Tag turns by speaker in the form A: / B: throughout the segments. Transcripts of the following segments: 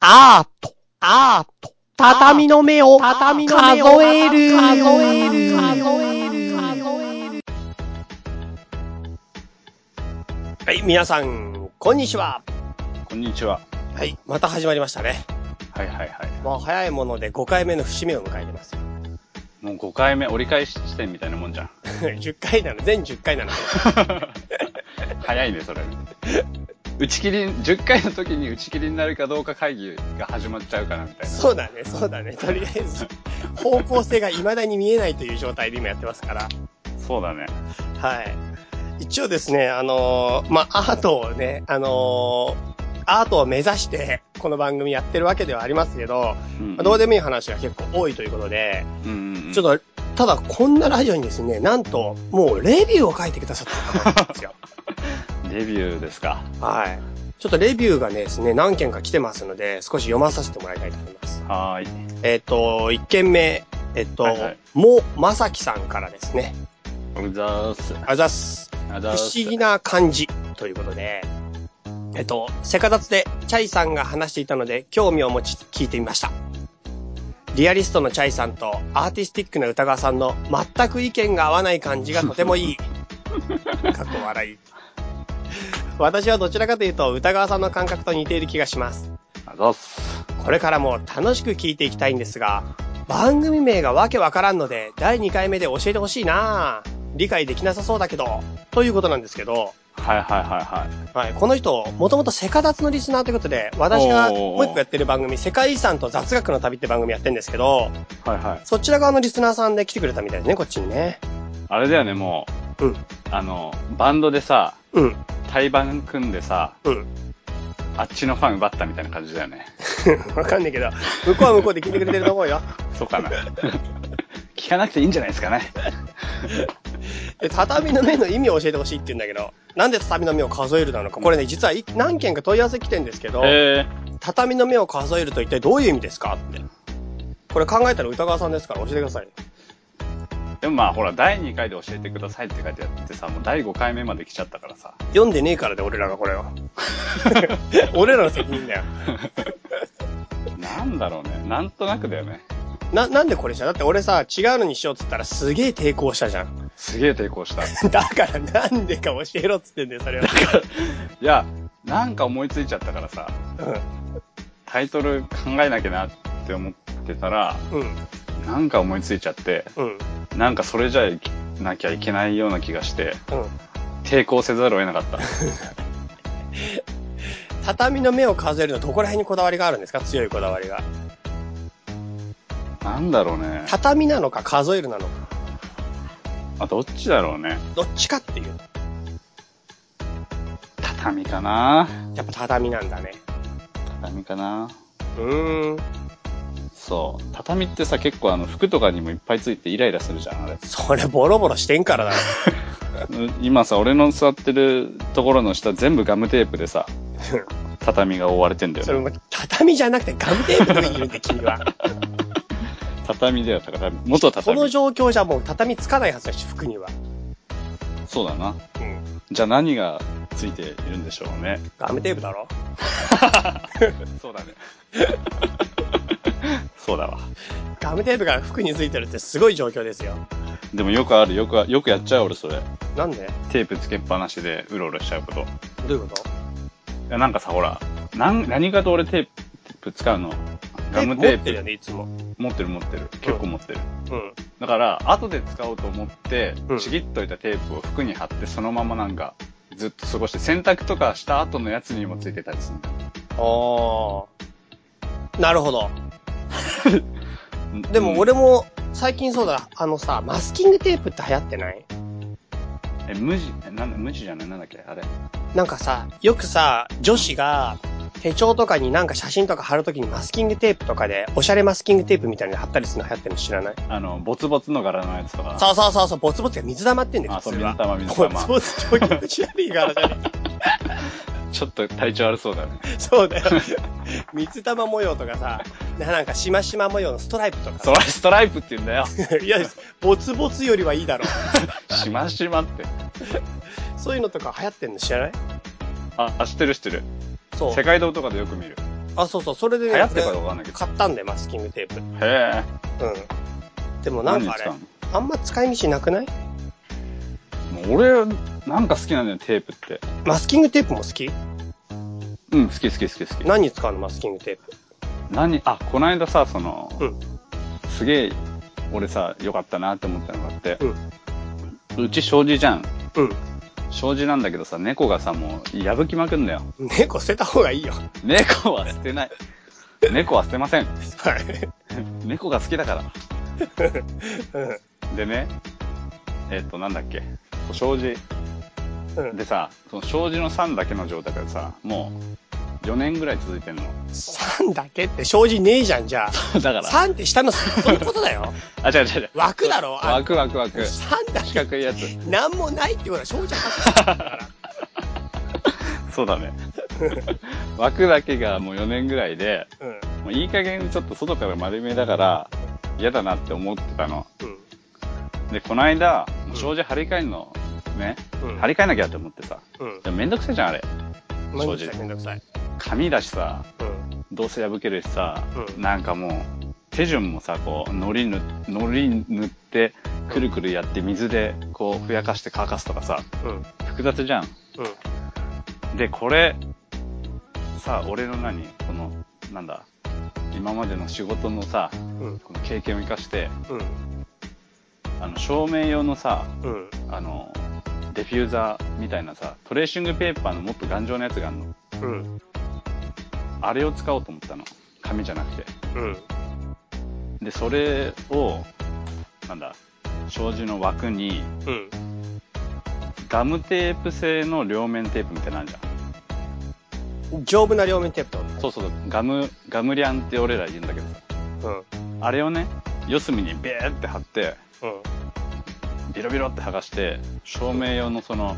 A: アート、アート、畳の目を、畳の目を数える、数える、数える、はい、皆さん、こんにちは。
B: こんにちは。
A: はい、また始まりましたね。
B: はいはいはい。
A: もう早いもので5回目の節目を迎えてます。
B: もう5回目、折り返し地点みたいなもん じゃん。
A: 10回なの、全10回なの。
B: 早いね、それ。打ち切り、10回の時に打ち切りになるかどうか会議が始まっちゃうかな、みたいな。
A: そうだね、そうだね。とりあえず、方向性が未だに見えないという状態で今やってますから。
B: そうだね。
A: はい。一応ですね、あのーまあ、アートをね、あのーアートを目指して、この番組やってるわけではありますけど、ま
B: うん
A: あどうでもいい話が結構多いということで、
B: うんうんうん。
A: ちょっと、ただこんなラジオにですね、なんと、もうレビューを書いてくださった方なん ですよ。
B: レビューですか。
A: はい。ちょっとレビューがねですね、何件か来てますので、少し読まさせてもらいたいと思います。
B: はーい。
A: えっ、と、1件目、えっ、と、
B: はいはい
A: も、まさきさんからですね、
B: おざーす。
A: あざっす。
B: あ
A: 不
B: ざーす。
A: 思議な感じということで、えっと、セカダツでチャイさんが話していたので興味を持ち聞いてみました。リアリストのチャイさんとアーティスティックな歌川さんの全く意見が合わない感じがとてもいい。過去笑い。私はどちらかというと歌川さんの感覚と似ている気がします。
B: あざーす。
A: これからも楽しく聞いていきたいんですが、番組名がわけわからんので第2回目で教えてほしいなぁ理解できなさそうだけど、ということなんですけど、
B: はいはいはいはい。
A: はい、この人、もともとセカダツのリスナーということで、私が
B: おーおーおー
A: もう一個やってる番組、世界遺産と雑学の旅って番組やってるんですけど、
B: はいはい。
A: そちら側のリスナーさんで来てくれたみたいですね、こっちにね。
B: あれだよね、もう。
A: うん
B: あの、バンドでさ、
A: うん、
B: 対バン組んでさ、
A: うん。
B: あっちのファン奪ったみたいな感じだよね。
A: わかんないけど、向こうは向こうで聞いてくれてると思うよ。
B: そうかな。聞かなくていいんじゃないですかね。
A: で、畳の目の意味を教えてほしいって言うんだけど、なんで畳の目を数えるなのか、これね、実はい何件か問い合わせ来てんですけど、
B: え
A: 畳の目を数えると一体どういう意味ですかって。これ考えたら歌川さんですから教えてください。
B: ー、でもまあほら、第2回で教えてくださいって書いてあってさ、もう第5回目まで来ちゃったからさ。
A: 読んでねえからで、俺らがこれを。 俺らの責任だよ。
B: なんだろうね。なんとなくだよね。
A: な、なんでこれしただって俺さ、違うのにしようっつったらすげえ抵抗したじゃん。
B: すげえ抵抗した。い
A: だからなんでか教えろっつってんだよ、それは。
B: や、なんか思いついちゃったからさ、タイトル考えなきゃなって思ってたら、
A: うん、うん、
B: なんか思いついちゃって、
A: うん、
B: なんかそれじゃいけなきゃいけないような気がして、
A: うん。
B: 抵抗せざるを得なかった。
A: 畳の目を数えるのどこら辺にこだわりがあるんですか強いこだわりが。
B: なんだろうね。
A: 畳なのか数えるなのか。
B: あ、どっちだろうね。
A: どっちかっていう。
B: 畳かな
A: やっぱ畳なんだね。
B: 畳かな
A: うーん。
B: そう。畳ってさ、結構あの、服とかにもいっぱいついてイライラするじゃん、あれ。
A: それボロボロしてんからだろ。
B: 今さ、俺の座ってるところの下全部ガムテープで さ、畳が覆われてん だ
A: そ
B: よ
A: れ
B: ね。
A: も畳じゃなくてガムテープでいるんで、君は。
B: 畳だよ、畳。元
A: この
B: 畳。
A: 状況じゃもう畳つかないはずだし、服には。
B: そうだな。
A: うん。
B: じゃあ何がついているんでしょうね。
A: ガムテープだろ
B: そうだね。 そうだわ。
A: ガムテープが服についてるってすごい状況ですよ。
B: でもよくある、よくあ、よくやっちゃう俺それ。
A: なんで
B: テープつけっぱなしでうろうろしちゃうこと。い
A: どういうこと
B: や、なんかさ、ほら、なん、何かと俺テープテープ使うの。ガムテー
A: 持ってるよ
B: プ。
A: ね、いつも。
B: 持ってる持ってる。結構持ってる。
A: うん。
B: だから、後で使おうと思って
A: うん、
B: ちぎっといたテープを服に貼って、そのままなんか、ずっと過ごして、洗濯とかした後のやつにもついてたりするんだよ。
A: ああ。なるほど。
B: うん
A: でも、俺も、最近そうだ、あのさ、マスキングテープって流行ってない
B: え、無地、え、なんだ、無地じゃないなんだっけあれ。
A: なんかさ、よくさ、女子が、手帳とかになんか写真とか貼るときにマスキングテープとかで、おしゃれマスキングテープみたいなの貼ったりするの流行ってるの知らない
B: あの、ボツボツの柄のやつとか。
A: そうそうそうそう、ボツボツが水溜まってんだよ、
B: あ、
A: 普
B: そう、
A: 通
B: 水
A: は。
B: 玉、水
A: ボツ
B: 玉。
A: ボツ超気持ち悪いからじゃね
B: ちょっと体調悪そうだね。
A: そうだよ。水玉模様とかさ、なんかしましま模様のストライプとか
B: そ
A: さ。
B: れストライプって言うんだよ。
A: いや、ボツボツよりはいいだろう。
B: しましまって。
A: そういうのとか流行ってんの知らない
B: あ、あ知ってる知ってる。
A: そう
B: 世。界堂とかでよく見る。
A: あ、そうそう、それでね、
B: 流行ってるかどうかわかんないけど。
A: 買ったんで、マスキングテープ。
B: へえ。
A: うん。でもなんかあ
B: 何に使
A: れ
B: う、の
A: あんま使い道なくない
B: もう俺、なんか好きなんだよ、テープって。
A: マスキングテープも好き
B: うん、好き好き好き好き。
A: 何に使うのマスキングテープ。
B: 何あこの間さその、
A: うん
B: すげえ俺さ良かったなって思ったのがあって、うち障子じゃん
A: う
B: 障子なんだけどさ猫がさもう破きまくんだよ
A: ん。猫捨てた方がいいよ。
B: 猫は捨てない猫は捨てません
A: はい。
B: 猫が好きだから
A: うん。
B: でねえっとなんだっけ障子
A: うん
B: でさその障子の3だけの状態がさもう4年ぐらい続いてんの
A: 3だけって障子ねえじゃん、じゃあ。
B: だから
A: 3って下の、そういうことだ よ。
B: あ違う違う違う
A: 枠だろ、あ
B: 枠枠枠
A: 3だ
B: 四
A: け。
B: 角いやつ
A: なんもないってことは障子
B: そうだね。枠だけがもう4年ぐらいで、
A: うん。
B: もういい加減ちょっと外から丸めだから、嫌だなって思ってたの。
A: う
B: で、この間、もう障子張り替えんの、ね、
A: ん。うん。
B: 張り替えなきゃって思ってさ。
A: うん。うん
B: でもめんどくせえじゃん、あれ。
A: めんどくさい、めんどくさい。
B: 紙だしさ、
A: うん。
B: どうせ破けるしさ、
A: うん
B: なんかもう、手順もさ、こう、のり塗のり塗って、くるくるやって、水で、こう、ふやかして乾かすとかさ、
A: うん。
B: 複雑じゃん。
A: うん。
B: で、これ、さ、俺の何この、なんだ、今までの仕事のさ、
A: うん。
B: この経験を生かして、
A: うん。
B: あの、照明用のさ、
A: うん。
B: あの、デフューザーみたいなさ、トレーシングペーパーのもっと頑丈なやつがあるの。
A: うん。
B: あれを使おうと思ったの。紙じゃなくて。
A: うん。
B: で、それを、なんだ、障子の枠に、
A: うん。
B: ガムテープ製の両面テープみたいなのあるじゃん。
A: 丈夫な両面テープってこ
B: そうそうそう、ガム、ガムリャンって俺ら言うんだけどさ。
A: と
B: あれをね、四隅にベーって貼って、
A: うん。うん。
B: ビロビロって剥がして照明用のその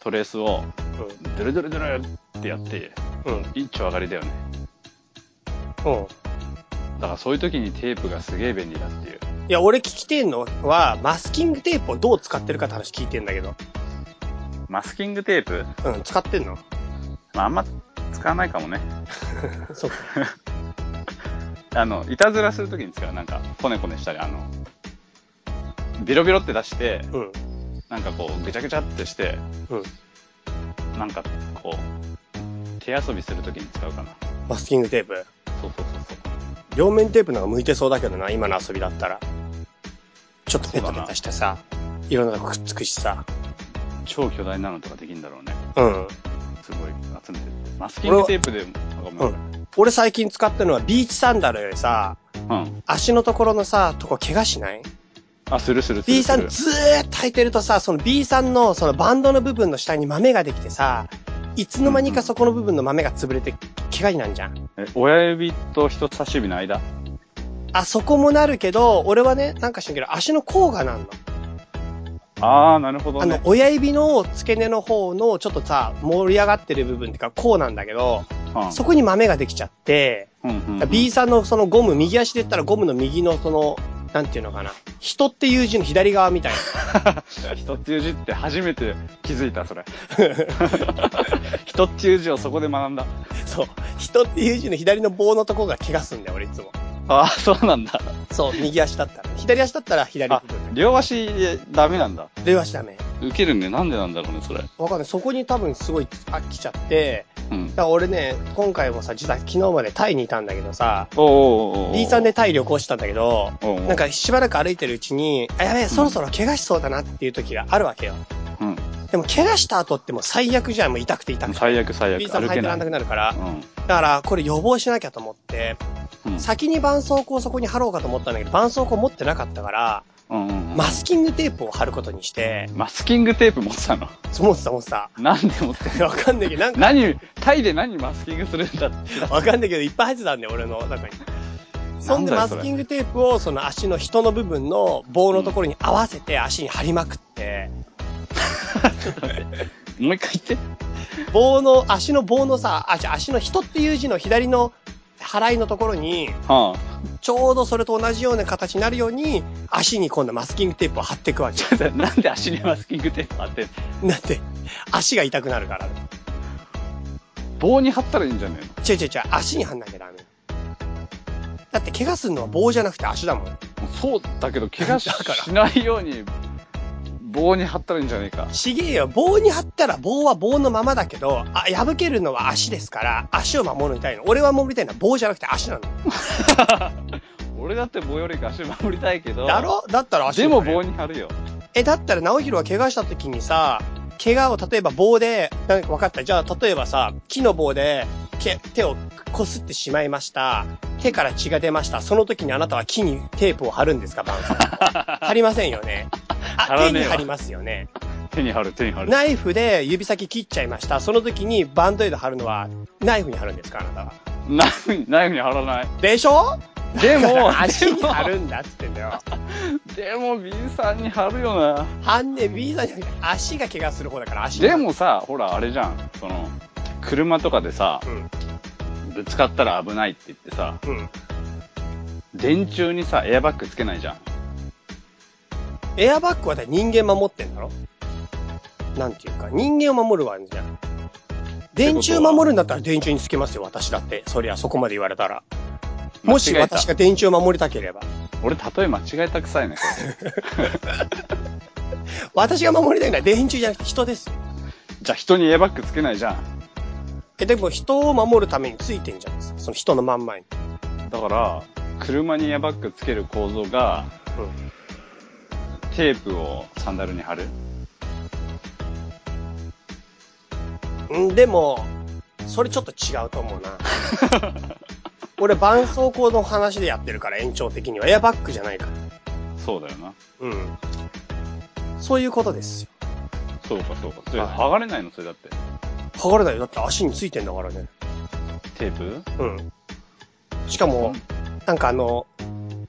B: トレースを
A: う
B: ドゥルドゥルドゥルってやって
A: ん。うん。
B: 一丁上がりだよね
A: うん。
B: だからそういう時にテープがすげえ便利だっていう
A: いや、俺聞きてんのは、マスキングテープをどう使ってるかって話聞いてんだけど。
B: マスキングテープ、
A: うん、使ってんの
B: まあ、あんま使わないかもね
A: そうか。
B: あのいたずらする時に使うなんかコネコネしたりあのビロビロって出して
A: うん。
B: なんかこうぐちゃぐちゃってして
A: うん。
B: なんかこう手遊びする時に使うかな
A: マスキングテープ。
B: そうそうそうそう
A: 両面テープなんか向いてそうだけどな、今の遊びだったら。ちょっとペタペタしてさ、いろんなのくっつくしさ。
B: 超巨大なのとかできるんだろうね
A: うん。
B: すごい集めてるマスキングテープでも
A: は俺最近使ってるのはビーチサンダルよりさ、
B: うん、うん、
A: 足のところのさ、とこ怪我しない
B: あするするする
A: ?B
B: す
A: さ
B: る
A: んずーっと履いてるとさ、その B さんのそのバンドの部分の下に豆ができてさ、いつの間にかそこの部分の豆が潰れて怪我になるじゃん。
B: え親指と人差し指の間
A: あそこもなるけど、俺はね、なんかしんけど、足の甲がなんの。
B: ああなるほど
A: あの
B: ね、
A: 親指の付け根の方の、ちょっとさ、盛り上がってる部分っていうか、甲なんだけど、
B: うん
A: そこに豆ができちゃって、
B: うんうんうん
A: B さんのそのゴム、右足で言ったらゴムの右のその、なんていうのかな。人っていう字の左側みたい
B: 人っていう字って初めて気づいた それ人っていう字をそこで学んだ
A: な。そう。人っていう字の左の棒のとこが怪我すんだよ、俺いつも。
B: ああそうなんだ
A: そう、右足だったら。左足だったら左部
B: あ
A: 分だけ
B: 両足でダメなんだ
A: ど。両足ダメ。
B: 受けるねなんでなんだろうねそれ
A: わかんない。そこに多分すごい飽きちゃって、
B: うん
A: だから俺ね、今回もさ、実は昨日までタイにいたんだけどさ、
B: おーおーおーお
A: B さんでタイ旅行してたんだけど、
B: おーおー
A: なんかしばらく歩いてるうちに、あ、やべえ、そろそろ怪我しそうだなっていう時があるわけよ。
B: うん
A: でも怪我した後ってもう最悪じゃん、もう痛くて痛くて。
B: 最悪最
A: B
B: 悪
A: さんも
B: 歩
A: 入っ
B: け
A: てら
B: なんい
A: なくなるから
B: う。ん
A: だから、これ予防しなきゃと思って、
B: うん
A: 先に絆創膏をそこに貼ろうかと思ったんだけど、絆創膏持ってなかったから、
B: うんうんうん
A: マスキングテープを貼ることにして、
B: マスキングテープ持ってたの
A: そう思ってた思ってた。
B: なんで持ってんの
A: わかんないけど、なんか、
B: 何、タイで何マスキングするんだって。
A: わかんないけど、いっぱい入ってたんだよ、俺の中に。そんで、
B: な
A: マ
B: んだよそ
A: ス
B: れ
A: キングテープを、その足の人の部分の棒のところに合わせて足に貼りまくって、
B: もう一回言って。
A: 棒の、足の棒のさ、あ、じゃ足の人っていう字の左の払いのところに、
B: は
A: ちょうどそれと同じような形になるように、足に今度マスキングテープを貼っていくわけ。
B: あ、 なんで足にマスキングテープ貼ってんの
A: だって、足が痛くなるから。
B: 棒に貼ったらいいんじゃねえの
A: 違う違う違う、足に貼んなきゃダメ。だって怪我するのは棒じゃなくて足だもん。
B: そうだけど、怪我し
A: だから
B: しないように、棒に貼ったらいいんじゃねえか。
A: ちげえよ、棒に貼ったら棒は棒のままだけど、あ、破けるのは足ですから、足を守るみたいな。俺は守りたいのは棒じゃなくて足なの。
B: 俺だって棒よりか足守りたいけど。
A: だろだったら足
B: でも棒
A: に。
B: に貼るよ。
A: え、だったら直弘は怪我した時にさ、怪我を例えば棒で、なんか分かった。じゃあ、例えばさ、木の棒で、け手をこすってしまいました。手から血が出ました。その時にあなたは木にテープを貼るんですか、バン さん。貼りませんよね。
B: 貼
A: あ、
B: ら
A: 手
B: ねえわ
A: に貼りますよね。
B: 手に貼る、手に貼る。
A: ナイフで指先切っちゃいました。その時にバンドエイド貼るのは、ナイフに貼るんですか、あなたは。
B: ナイフに、ナイフに貼らない。
A: でしょ
B: で
A: だから
B: も、
A: 足に
B: でも
A: 貼るんだっつってんだよ。
B: でも、B さんに貼るよな。
A: ハンネ、B さんじゃなくて足が怪我する方だから足に貼
B: で
A: る。
B: もさ、ほら、あれじゃん。その、車とかでさ、ぶつかったら危ないって言ってさ、
A: うん、うん。
B: 電柱にさ、エアバッグつけないじゃん。
A: エアバッグはだって人間守ってんだろなんていうか、人間を守るわけじゃん。電柱守るんだったら電柱につけますよ、私だって。そりゃ、そこまで言われたら。もし
B: 間違えた
A: 私が電柱を守りたければ。
B: 俺、例え間違えたくさいね、これ
A: 私が守りたいのは電柱じゃなくて人ですよ。
B: じゃあ、人にエアバッグつけないじゃん。
A: え、でも人を守るためについてんじゃないですか。その人のまんまに。
B: だから、車にエアバッグつける構造が、
A: うん。
B: テープをサンダルに貼る。
A: うん、でも、それちょっと違うと思うな。俺、絆創膏の話でやってるから、延長的には。エアバッグじゃないから。
B: そうだよな。
A: うん。そういうことですよ。
B: そうか、そうか。それ、
A: はい
B: 剥がれないのそれだって。
A: 剥がれないよ。だって足についてんだからね。
B: テープ
A: うん。しかも、なんかあの、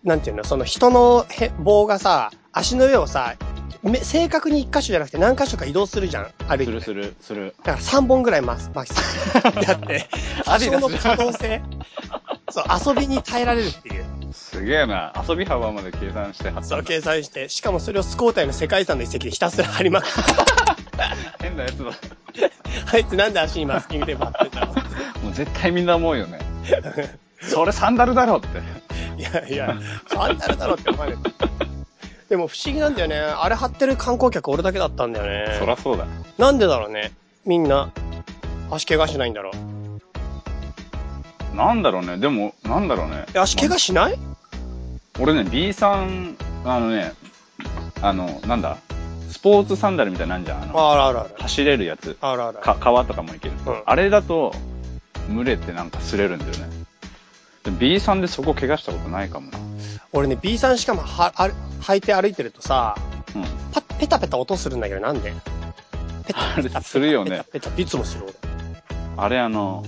A: なんていうの、その人のへ棒がさ、足の上をさ、め正確に一箇所じゃなくて何箇所か移動するじゃん、歩いて。
B: するする、する。
A: だから3本ぐらい巻き、巻きす だ って、
B: アデ
A: 足
B: ィダス
A: の可動性。そう、遊びに耐えられるっていう。
B: すげえな。遊び幅まで計算して貼った
A: そ
B: ん
A: う、
B: だ
A: 計算して。しかもそれをスコータイの世界遺産の一石でひたすら貼りまくる。
B: 変なやつだ。
A: あいつなんで足にマスキングテープ貼ってんだろ
B: もう絶対みんな思うよ ね。それサンダルだろって。
A: う。いやいや、あんただろって思われる。でも不思議なんだよね。あれ貼ってる観光客俺だけだったんだよね。
B: そらそうだ。
A: なんでだろうね。みんな、足怪我しないんだろう。
B: なんだろうね。でも、なんだろうね。
A: え足怪我
B: ま
A: しない
B: あ俺ね、B さん、あのね、あの、なんだスポーツサンダルみたいなのあんじゃん。あの
A: あらあらあら。
B: 走れるやつ。
A: あらあら。
B: か、川とかも行ける。
A: うん
B: あれだと、群れてなんか擦れるんだよね。でも B さんでそこ怪我したことないかもな。
A: 俺ね、B さんしかもは、あ履いて歩いてるとさ、
B: うん。
A: パッ、ペタペタ音するんだけど、なんでペタ
B: あれするよね
A: ペタペタペタいつもする俺。
B: あれあの、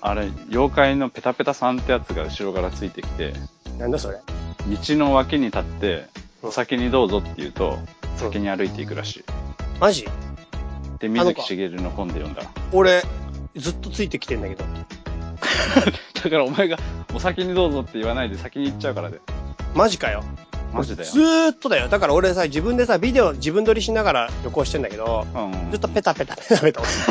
B: あれ、妖怪のペタペタさんってやつが後ろからついてきて、
A: なんだそれ。
B: 道の脇に立って、
A: うん
B: お先にどうぞって言うと、
A: うん
B: 先に歩いていくらしい。
A: マジ
B: で、
A: の子
B: 水木しげるの本で読んだ。
A: 俺、ずっとついてきてんだけど。
B: だからお前が、お先にどうぞって言わないで先に行っちゃうからで。
A: マジかよ。
B: マジだよ
A: ず。ーっとだよ。だから俺さ、自分でさ、ビデオ自分撮りしながら旅行してんだけど、
B: うんうん
A: ずっとペタペタペタペタ押 す。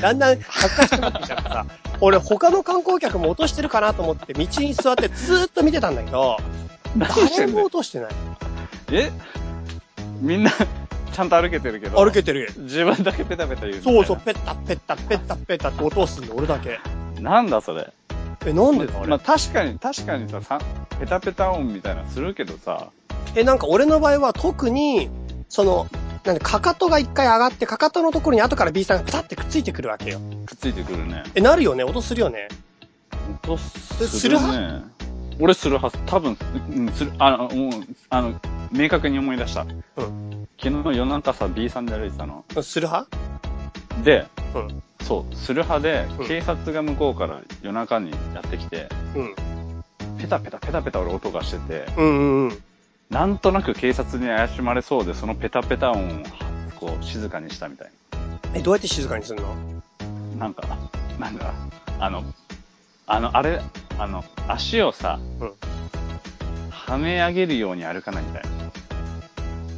A: だんだん恥ずかしくなってきちゃってさ、俺他の観光客も落としてるかなと思って道に座ってずーっと見てたんだけど、
B: 何して
A: 誰
B: んだ
A: も
B: よ
A: 落。としてない。
B: えみんな、 ちゃんと歩けてるけど。
A: 歩けてる。
B: 自分だけペタペタ言うみた
A: そ
B: いな。
A: うそう、ペタペタペタペタって落とすんで俺だけ。
B: なんだそれ。
A: え、なんでだ俺
B: まあ、確かに、確かにさ、さペタペタ音みたいなのするけどさ、
A: え、なんか俺の場合は特に、その、なんで、かかとが一回上がって、かかとのところに後から B さんがピタってくっついてくるわけよ。
B: くっついてくるね。
A: え、なるよね音するよね
B: 音す
A: する
B: ね。俺するはず。多分、うん、する。あの、もう、あの、明確に思い出した。
A: うん。
B: 昨日夜中さ、B さんで歩いてたの。
A: する派
B: で、
A: うん。
B: そう、する派で
A: う、ん
B: 警察が向こうから夜中にやってきて、
A: うん。
B: ペタペタペタペタ俺音がしてて、
A: うんうんうん。
B: なんとなく警察に怪しまれそうで、そのペタペタ音を、こう、静かにしたみたい
A: え、どうやって静かにするの
B: な。なんか、なんか、あの、あの、あれ、あの、足をさ、
A: うん
B: はめ上げるように歩かないみたいな。
A: い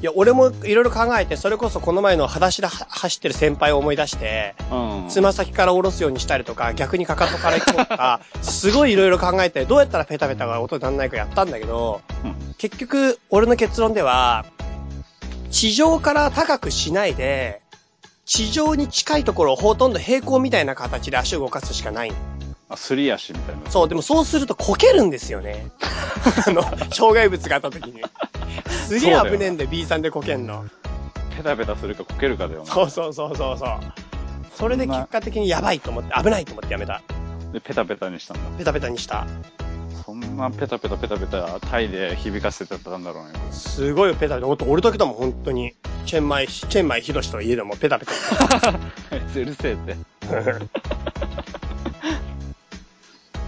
A: や、俺もいろいろ考えて、それこそこの前の裸足では走ってる先輩を思い出して、
B: うん。
A: つま先から下ろすようにしたりとか、逆にかかとから行こうとか、すごいいろいろ考えて、どうやったらペタペタが音にならないかやったんだけど、
B: うん
A: 結局、俺の結論では、地上から高くしないで、地上に近いところをほとんど平行みたいな形で足を動かすしかない。
B: あ、すり足みたいな。
A: そう、でもそうするとこけるんですよね。あの、障害物があった時に。すげえ危ねえんだよ、B さんでこけんの。
B: ペタペタするかこけるかだよな。
A: そうそうそうそうそう。それで結果的にやばいと思って、危ないと思ってやめた。
B: で、ペタペタにしたんだ。
A: ペタペタにした。
B: そんなペタペタペタペタ、タイで響かせてたんだろうね。
A: すごいよペタペタ。ほんと俺だけだもん、本当に。チェンマイ、チェンマイヒロシといえどもペタペタ。
B: うるせえって。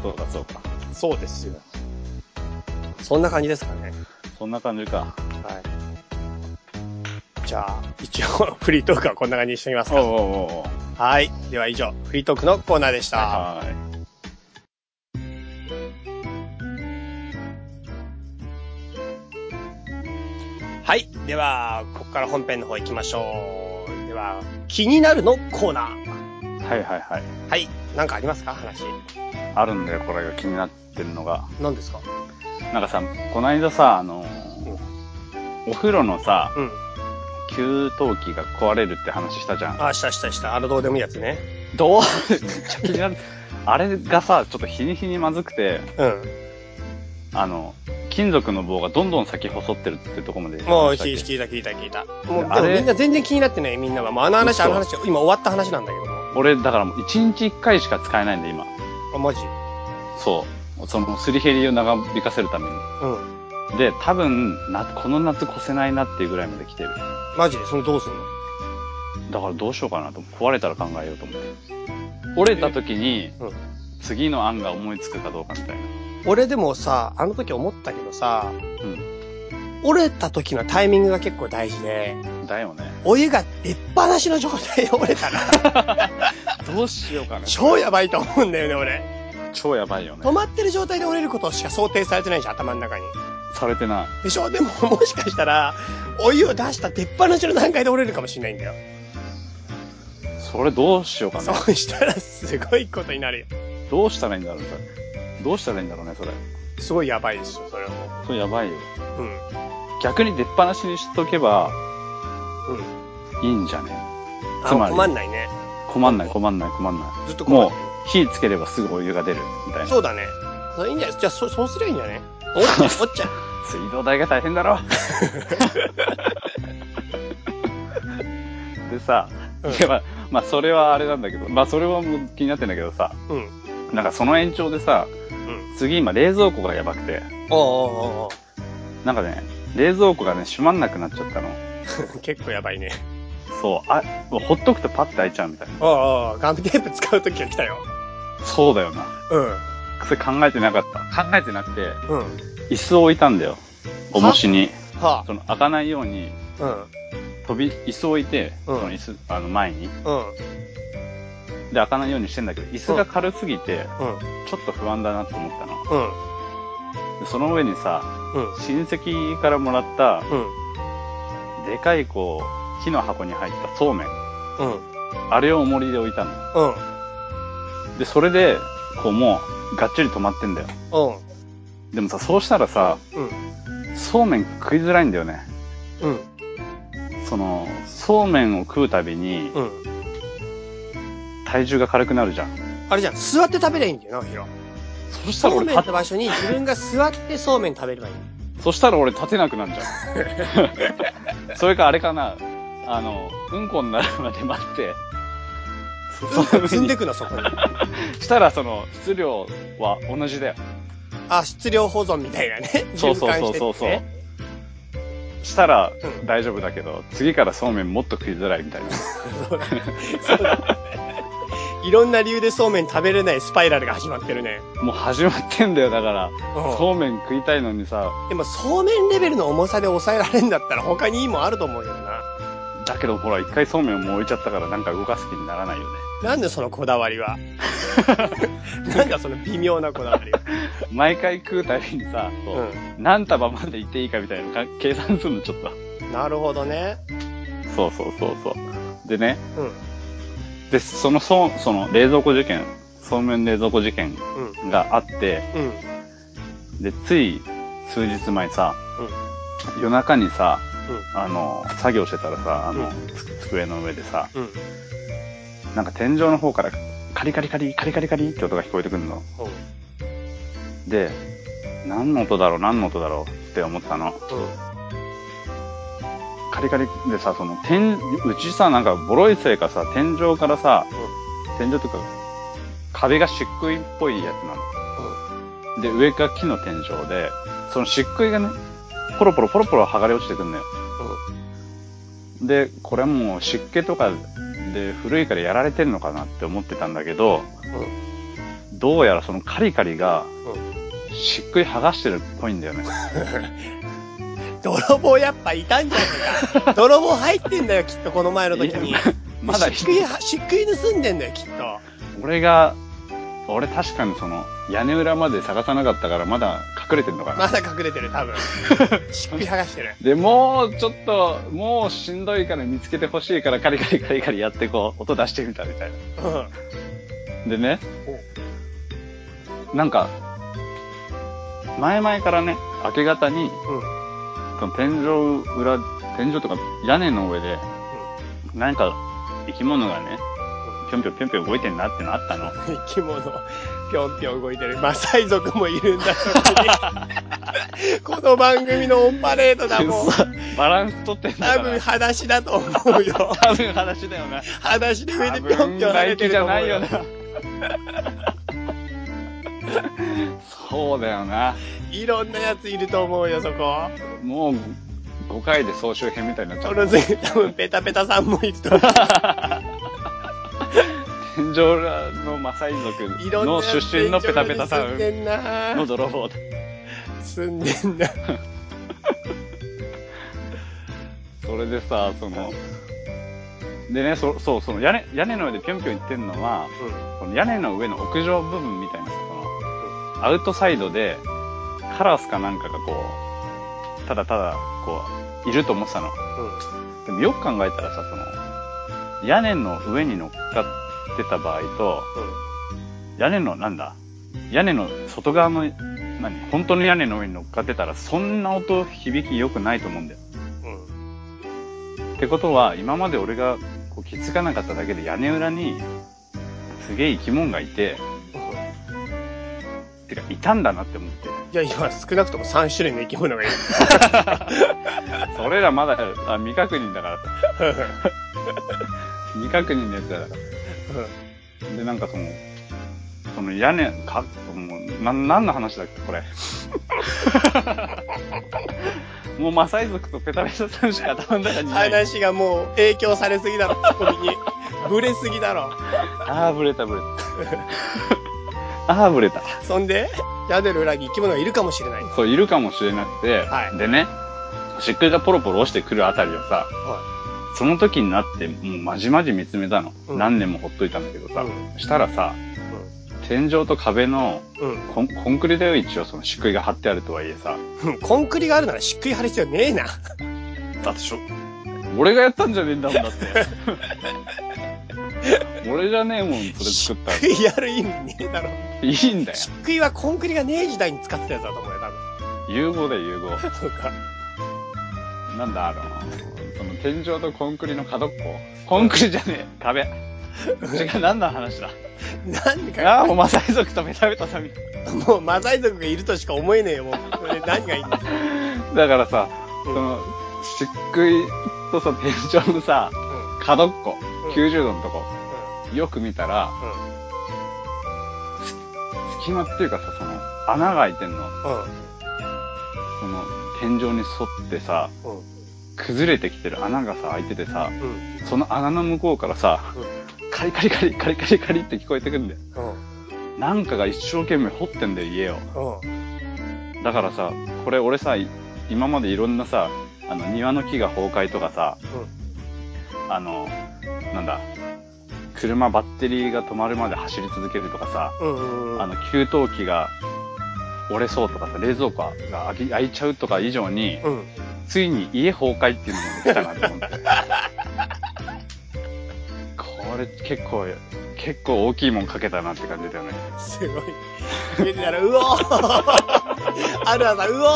B: そうか、そうか。
A: そうですよ。そんな感じですかね。
B: そんな感じか。
A: はい。じゃあ、一応、フリートークはこんな感じにしてみます
B: おうお
A: か。
B: うおうおう。
A: はい。では以上、フリートークのコーナーでした。
B: はーい。
A: はい。では、ここから本編の方行きましょう。では、気になるのコーナー。
B: はいはいはい。
A: はい。なんかありますか話。
B: あるんだよ、これが気になってるのが。
A: 何ですか
B: なんかさ、こないださ、あのーお風呂のさ、
A: うん。
B: 給湯器が壊れるって話したじゃん。
A: あ、したしたした。あの、どうでもいいやつね。
B: どうめっちゃ気になる。あれがさ、ちょっと日に日にまずくて、
A: うん。
B: あの、金属の棒がどんどん先細ってるってとこまで。
A: もう、
B: 話したっけ
A: 聞いた聞いた聞いた。もう、
B: あ
A: でも
B: れ
A: みんな全然気になってない、みんなは。もう、あの話、
B: 嘘
A: あの話、今終わった話なんだけども。
B: 俺、だからもう1日1回しか使えないんで、今。
A: あ、マジ
B: そう。そのすり減りを長引かせるために。
A: うん。
B: で、多分、な、この夏越せないなっていうぐらいまで来てる。
A: マジで、そのどうすんの
B: だからどうしようかなと思って。壊れたら考えようと思って。折れた時に
A: うん、
B: 次の案が思いつくかどうかみたいな。
A: 俺でもさ、あの時思ったけどさ、
B: う
A: 折れた時のタイミングが結構大事で、
B: ん。だよね。
A: お湯が出っ放しの状態で折れたら、
B: どうしようかな。
A: 超やばいと思うんだよね、俺。
B: 超やばいよ
A: 止
B: ね。
A: まってる状態で折れることしか想定されてないし、頭の中に。
B: されてない。
A: でしょでも、もしかしたら、お湯を出した出っ放しの段階で折れるかもしれないんだよ。
B: それどうしようか
A: そ
B: な。
A: うしたら、すごいことになるよ。
B: どうしたらいいんだろう、それ。どうしたらいいんだろうね、それ。
A: すごいやばいですよ、それはも
B: それやばいよ。
A: う。うん。
B: 逆に出っ放しにしとけば
A: うん。
B: いいんじゃね
A: あ
B: つまり
A: 困んないね。
B: 困んない、困んない、困んない。
A: ずっと困ん
B: も、
A: ないう
B: 火つければすぐお湯が出る、みたいな。
A: そうだね。それいいんじゃないじゃあ、そそうすりゃいいんじゃね折っちゃう、折っちゃう。
B: 水道代が大変だ ろ。でさ、
A: うん
B: いやまあ、まあ、それはあれなんだけど、まあ、それはもう気になってんだけどさ、
A: うん。
B: なんかその延長でさ、
A: うん。
B: 次今冷蔵庫がやばくて、
A: おうおうおうお
B: なんかね、冷蔵庫がね、閉まんなくなっちゃったの。
A: う 結構やばいね。
B: そう、あ、もうほっとくとパッて開いちゃうみたいな。
A: おうおうおうガムテープ使うときが来たよ。
B: そうだよな。
A: う
B: それ考えてなかった。考えてなくて、
A: ん。うん。
B: 椅子を置いたんだよ。重しに。
A: は
B: その開かないように、
A: あ。うん。
B: 飛び、椅子を置いて、
A: うん
B: その椅子、あの前に。で、
A: うん。
B: 開かないようにしてんだけど、椅子が軽すぎて、
A: うん。
B: ちょっと不安だなって思ったの。
A: うん。
B: でその上にさ、
A: うん。
B: 親戚からもらった、
A: うん。
B: でかいこう、木の箱に入ったそうめん。
A: うん。
B: あれを重りで置いたの。
A: うん。
B: で、それで、こうもう、がっちり止まってんだよ。
A: うん。
B: でもさ、そうしたらさ、
A: うん。
B: そうめん食いづらいんだよね。
A: うん。
B: その、そうめんを食うたびに、
A: うん。
B: 体重が軽くなるじゃん。
A: あれじゃん、座って食べりゃいいんだよな、ヒロ。
B: そしたら
A: そう
B: 俺
A: めんっ
B: 立
A: て場所に自分が座ってそうめん食べればいい。
B: て、そしたら俺立てなくなるじ ゃん。それかあれかな、あの、うんこになるまで待って、
A: うんこ積んで
B: に
A: くの、そこに。
B: したらその、質量は同じだよ。
A: あ、質量保存みたいなね。
B: そう
A: 循
B: そう
A: 環
B: そ
A: し
B: う
A: て
B: そう
A: って
B: そう
A: ね。。
B: したら
A: うん
B: 大丈夫だけど、次からそうめんもっと食いづらいみたいな。
A: そうだね。いろんな理由でそうめん食べれないスパイラルが始まってるね。
B: もう始まってんだよ、だから。
A: う
B: そうめん食いたいのにさ、
A: ん。でも、そうめんレベルの重さで抑えられるんだったら他にいいもんあると思うけどな。
B: だけどほら、一回そうめんもう置いちゃったからなんか動かす気にならないよね。
A: なんでそのこだわり はなんだその微妙なこだわりは。
B: 毎回食うたびにさ、こう
A: う
B: 何束まで行っていいかみたいなのか計算するのちょっと
A: なるほどね。
B: そうそうそうそう。でね、
A: うん。
B: で、その、そその、冷蔵庫事件、そうめん冷蔵庫事件
A: うん。
B: があって、
A: うん。
B: で、つい数日前さ、
A: うん。
B: 夜中にさ、
A: うん。
B: あの、作業してたらさ、あ
A: う
B: の、
A: ん
B: つ机の上でさ、
A: うん。
B: なんか天井の方からカリカリカリ、カリカリカリって音が聞こえてくるの。
A: ほう
B: で、何の音だろう、何の音だろうって思ったの。
A: うん。
B: カリカリでさ、その、天、うちさ、なんかボロいせいかさ、天井からさ、天井とか、壁が漆喰っぽいやつなの。で、上が木の天井で、その漆喰がね、ポロポロポロポロ剥がれ落ちてくんのよ。で、これはもう湿気とかで古いからやられてるのかなって思ってたんだけど、
A: うん。うん。
B: どうやらそのカリカリが
A: う
B: 漆喰剥がしてるっぽいんだよね。
A: 泥棒やっぱいたんじゃないか。泥棒入ってんだよ、きっと、この前の時
B: い
A: に
B: や。 まだ
A: しっくい、しっくい盗んでんだよ、きっと。
B: 俺が、俺確かにその屋根裏まで探さなかったからまだ隠れてるのかな。
A: まだ隠れてる、多 分。しっくい剥がしてる。
B: で、もうちょっと、もうしんどいから見つけてほしいからカリカリカリカリやってこう、音出してみたみたいな。
A: うん。
B: でね、なんか、前々からね、明け方に、
A: うん。
B: その天井裏、天井とか屋根の上で、なんか生き物がね、ぴょんぴょんぴょんぴょん動いてんなってのあったの。
A: 生き物、ぴょんぴょん動いてる。マサイ族もいるんだ、そこにこの番組のオンパレードだもん。
B: バランス取ってんだ
A: 多
B: か
A: 分、
B: ら。
A: 裸足だと思うよ。
B: 多分話だよな。
A: 裸足で上で
B: 多
A: ぴょん
B: 分
A: ぴょん跳ね
B: 大
A: て
B: 気
A: る
B: じ
A: と
B: ゃ
A: 思
B: な
A: う
B: いよ
A: よ
B: な。。そうだよな。
A: いろんなやついると思うよ、そこ。
B: もう5回で総集編みたいになっちゃ。
A: そうの次、多分、ペタペタさんもいると思う。
B: 天井裏のマサイ族
A: いろんな
B: の
A: やつ
B: 出身のペタペタさ
A: 住ん
B: ん
A: でんな
B: の泥棒だ。
A: 住んでんな。
B: それでさ、その、でね、そそう、その屋根、屋根の上でぴょんぴょん行ってんのは、この屋根の上の屋上部分みたいな、その、アウトサイドで、カラスかなんかがこう、ただただ、こう、いると思ってたの。でもよく考えたらさ、その、屋根の上に乗っかってた場合と、屋根の、なんだ屋根の外側の、何本当の屋根の上に乗っかってたら、そんな音響き良くないと思うんだよ。
A: うん。うん。うん。
B: ってことは、今まで俺がこう気づかなかっただけで屋根裏に、すげえ生き物がいて、
A: うん
B: てか、いたんだなって思って。
A: いや、今少なくとも3種類の生き物がいる。
B: それらまだ、あ、未確認だからさ。未確認のやつだから。で、なんかその、その屋根、か、もう、な、何の話だっ け、これ。もうマサイ族とペタペタさんしか頭の中にない。
A: 話がもう影響されすぎだろ、ツッコミに。ブレすぎだろ。
B: あー、ぶれたぶれた。あ ー、ぶれた。
A: そんで、ヤデル裏に生き物がいるかもしれない。
B: そう、いるかもしれなくて、
A: はい
B: でね、漆喰がポロポロ落ちてくるあたりをさ、その時になって、もうまじまじ見つめたの。
A: うん
B: 何年もほっといたんだけどさ、
A: う
B: したらさ、天井と壁の
A: うん。
B: コンコンクリだよ、一応その漆喰が張ってあるとはいえさ。
A: うん。コンクリがあるならしっくり貼る必要ねえな。
B: だってしょ、俺がやったんじゃねえんだもん だって。俺じゃねえもん、それ
A: しっ
B: 作った
A: くりやる意味ねえだろ。
B: の。いいんだよ。
A: しっくりはコンクリがねえ時代に使ってたやつだと思うよ、
B: 融合だよ、融合。
A: 多分。そうか。
B: なんだ、あの、その天井とコンクリの角っこ。コンクリじゃねえ、壁。違う、何の話だ。
A: なんか、
B: ああ、もうマサイ族とベタベタさみたい
A: もうマザイ族がいるとしか思えねえよ、もう。それ何がいいんですか
B: だからさ、
A: う
B: そ
A: ん
B: の、漆喰とさ、天井のさ、
A: うん。
B: 角っこ、
A: うん
B: 90度のとこ、よく見たら、隙間っていうかさ、その、穴が開いてんの。その、天井に沿ってさ、
A: うん。うん。
B: 崩れてきてる穴がさ、開いててさ、
A: うん。うん。
B: その穴の向こうからさ、カリカリカリ、カリカリカリって聞こえてくんだよ。
A: うん。
B: なんかが一生懸命掘ってんだよ、家を。
A: うん。
B: だからさ、これ俺さ、い今までいろんなさ、あの、庭の木が崩壊とかさ、あの、なんだ、車バッテリーが止まるまで走り続けるとかさ、
A: うん。うん。うん
B: あの、給湯器が折れそうとかさ、冷蔵庫が開き開いちゃうとか以上に、
A: うん。
B: ついに家崩壊っていうのも来たなと思って。これ結構、結構大きいもんかけたなって感じだよね。
A: すごい。家でたら、うお ーあるあるさ、うお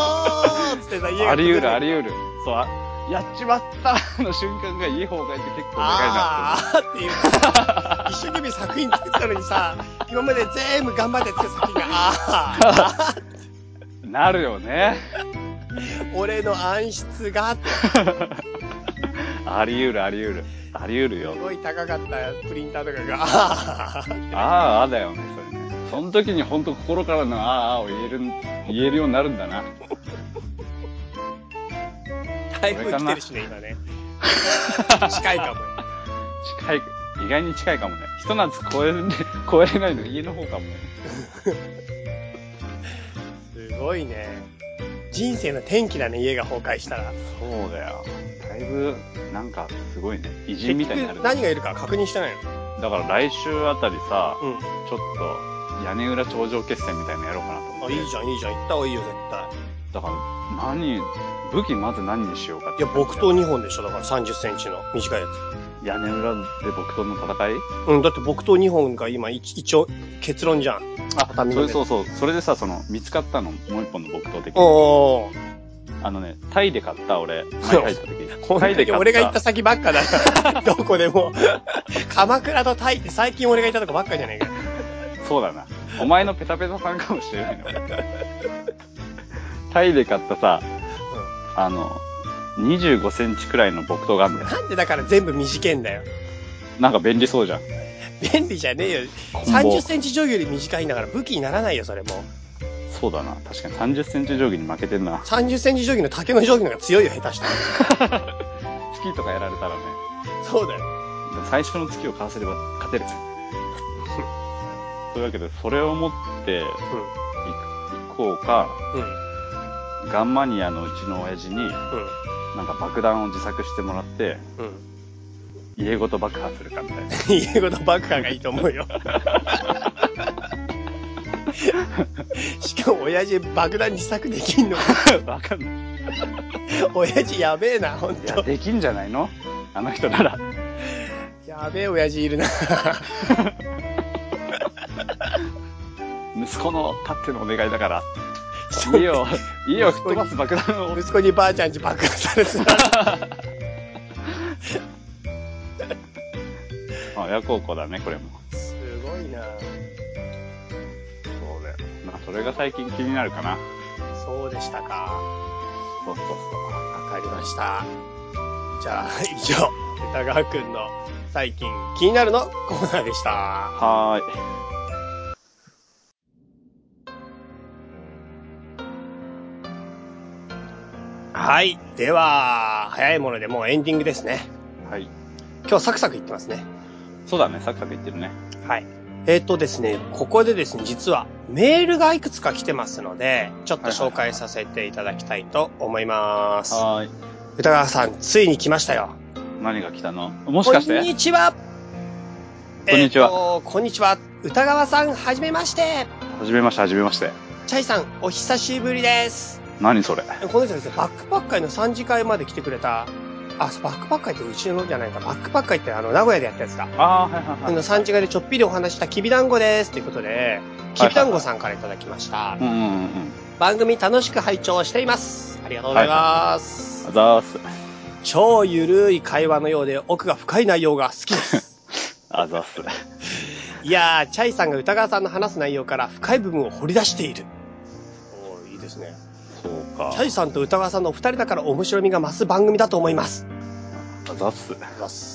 A: ーつってさ、家が
B: あり得るあ
A: 得る。
B: り得る。そう、あやっちまったの瞬間が家崩壊って結構でかいなって
A: あーっていう。一生懸命作品作ったのにさ、今まで全部頑張って作った作品が、あー
B: 思う。なるよね。
A: 俺の暗室がって
B: あり得るあり得る。あり得るよ
A: す。ごい高かったプリンターとかが、あー
B: ああ、ああだよね、それね。その時に本当心からのああ、ああを言える、言えるようになるんだな。
A: 台風来てるしね、今 ね。近いかも。
B: 近い、意外に近いかもね。ひと夏超える、超えれないの家の方かもね。
A: すごいね。人生の転機だね、家が崩壊したら。
B: そうだよ。だいぶ、なんか、すごいね。偉
A: 結
B: 人みたいにな
A: 局
B: る、
A: 何がいるか確認してない
B: だから来週あたりさ、
A: のうん。
B: ちょっと、屋根裏頂上決戦みたいなのやろうかなと思っ
A: あ、
B: て。
A: いいじゃん、いいじゃん。行った方がいいよ、絶対。
B: だから、何、武器まず何にしようかっ
A: い
B: て
A: や、木刀2本でしょ、だから30センチの短いや
B: 屋根裏で木刀の戦い
A: つ。うん、だって木刀2本が今、一一応、結論じゃん。
B: あ、
A: 畳の
B: それ
A: ね
B: そうそう。それでさ、その、見つかったの、もう一本の木刀的に。
A: おー。
B: あのね、タイで買っ た、俺。前
A: そう
B: 入った時。
A: 本
B: タイ
A: 当
B: で
A: に
B: 買った。
A: 俺が行った先ばっかだ。 どこでも。鎌倉とタイって最近俺が行ったとこばっかじゃねえか。
B: そうだな。お前のペタペタさんかもしれないな。タイで買ったさ、あの、25センチくらいの木刀があるんだよ。
A: なんでだから全部短いんだよ。
B: なんか便利そうじゃん。
A: 便利じゃねえよ。
B: コンボ
A: 30センチ定規より短いんだから武器にならないよ、それもう。
B: そうだな。確かに30センチ定規に負けてんな。
A: 30センチ定規の竹の定規の方が強いよ、下手したら。
B: 月とかやられたらね。
A: そうだよ。
B: でも最初の月をかわせれば勝てる。というわけで、それを持ってい行こうか、
A: うん。うん。
B: ガンマニアのうちの親父に、なんか爆弾を自作してもらって、
A: うん。うん。
B: 家ごと爆破するかみたいな。
A: 家ごと爆破がいいと思う よ。しかも親父爆弾自作できんの
B: わかんない。
A: 親父やべえな、ほん
B: いや、
A: と。
B: できんじゃないのあの人なら。
A: やべえ親父い るな。
B: 息子のたってのお願いだから、家を、家を吹っ飛ばす爆弾を。
A: 息子にばあちゃんち爆破されてた。
B: あ、親孝行だね、これも。
A: すごいな
B: そうだよ。まあ、それが最近気になるかな。
A: そうでしたか。
B: そうそうそ
A: わかりました。じゃあ、以上、歌川くんの最近気になるのコーナーでした
B: う。。はーい。
A: はい。では、早いものでもうエンディングですね。
B: はい。
A: 今日サクサクいってますね。
B: そうだね、サクサクいってるね。
A: はい。えっ、とですね、ここでですね、実はメールがいくつか来てますので、ちょっと紹介させていただきたいと思います。
B: はーい。
A: 歌川さん、ついに来ましたよ。
B: 何が来たのもしかして
A: こんにちは
B: こんにちは
A: えっとこんにちは。歌川さん、はじめまして。
B: はじめまして、はじめまして。
A: チャイさん、お久しぶりです。
B: 何それ
A: この人ですね、バックパッカーの3次会まで来てくれた、あ、そうバックパッカーってうちのじゃないか、バックパッカーってあの、名古屋でやったやつだ。
B: ああー、はいはいは
A: あ
B: い。
A: の、産地街でちょっぴりお話ししたきびだんごです。ということで、きびだんごさんからいただきました。
B: うんうんうんうん。
A: 番組楽しく拝聴しています。ありがとうございます。
B: あざーす。
A: 超ゆるい会話のようで奥が深い内容が好き です。
B: あざーす。
A: いやー、チャイさんが歌川さんの話す内容から深い部分を掘り出している。おーいいですね。
B: そうか
A: チ。ャイさんと歌川さんのお二人だから面白みが増す番組だと思います。
B: あざーす。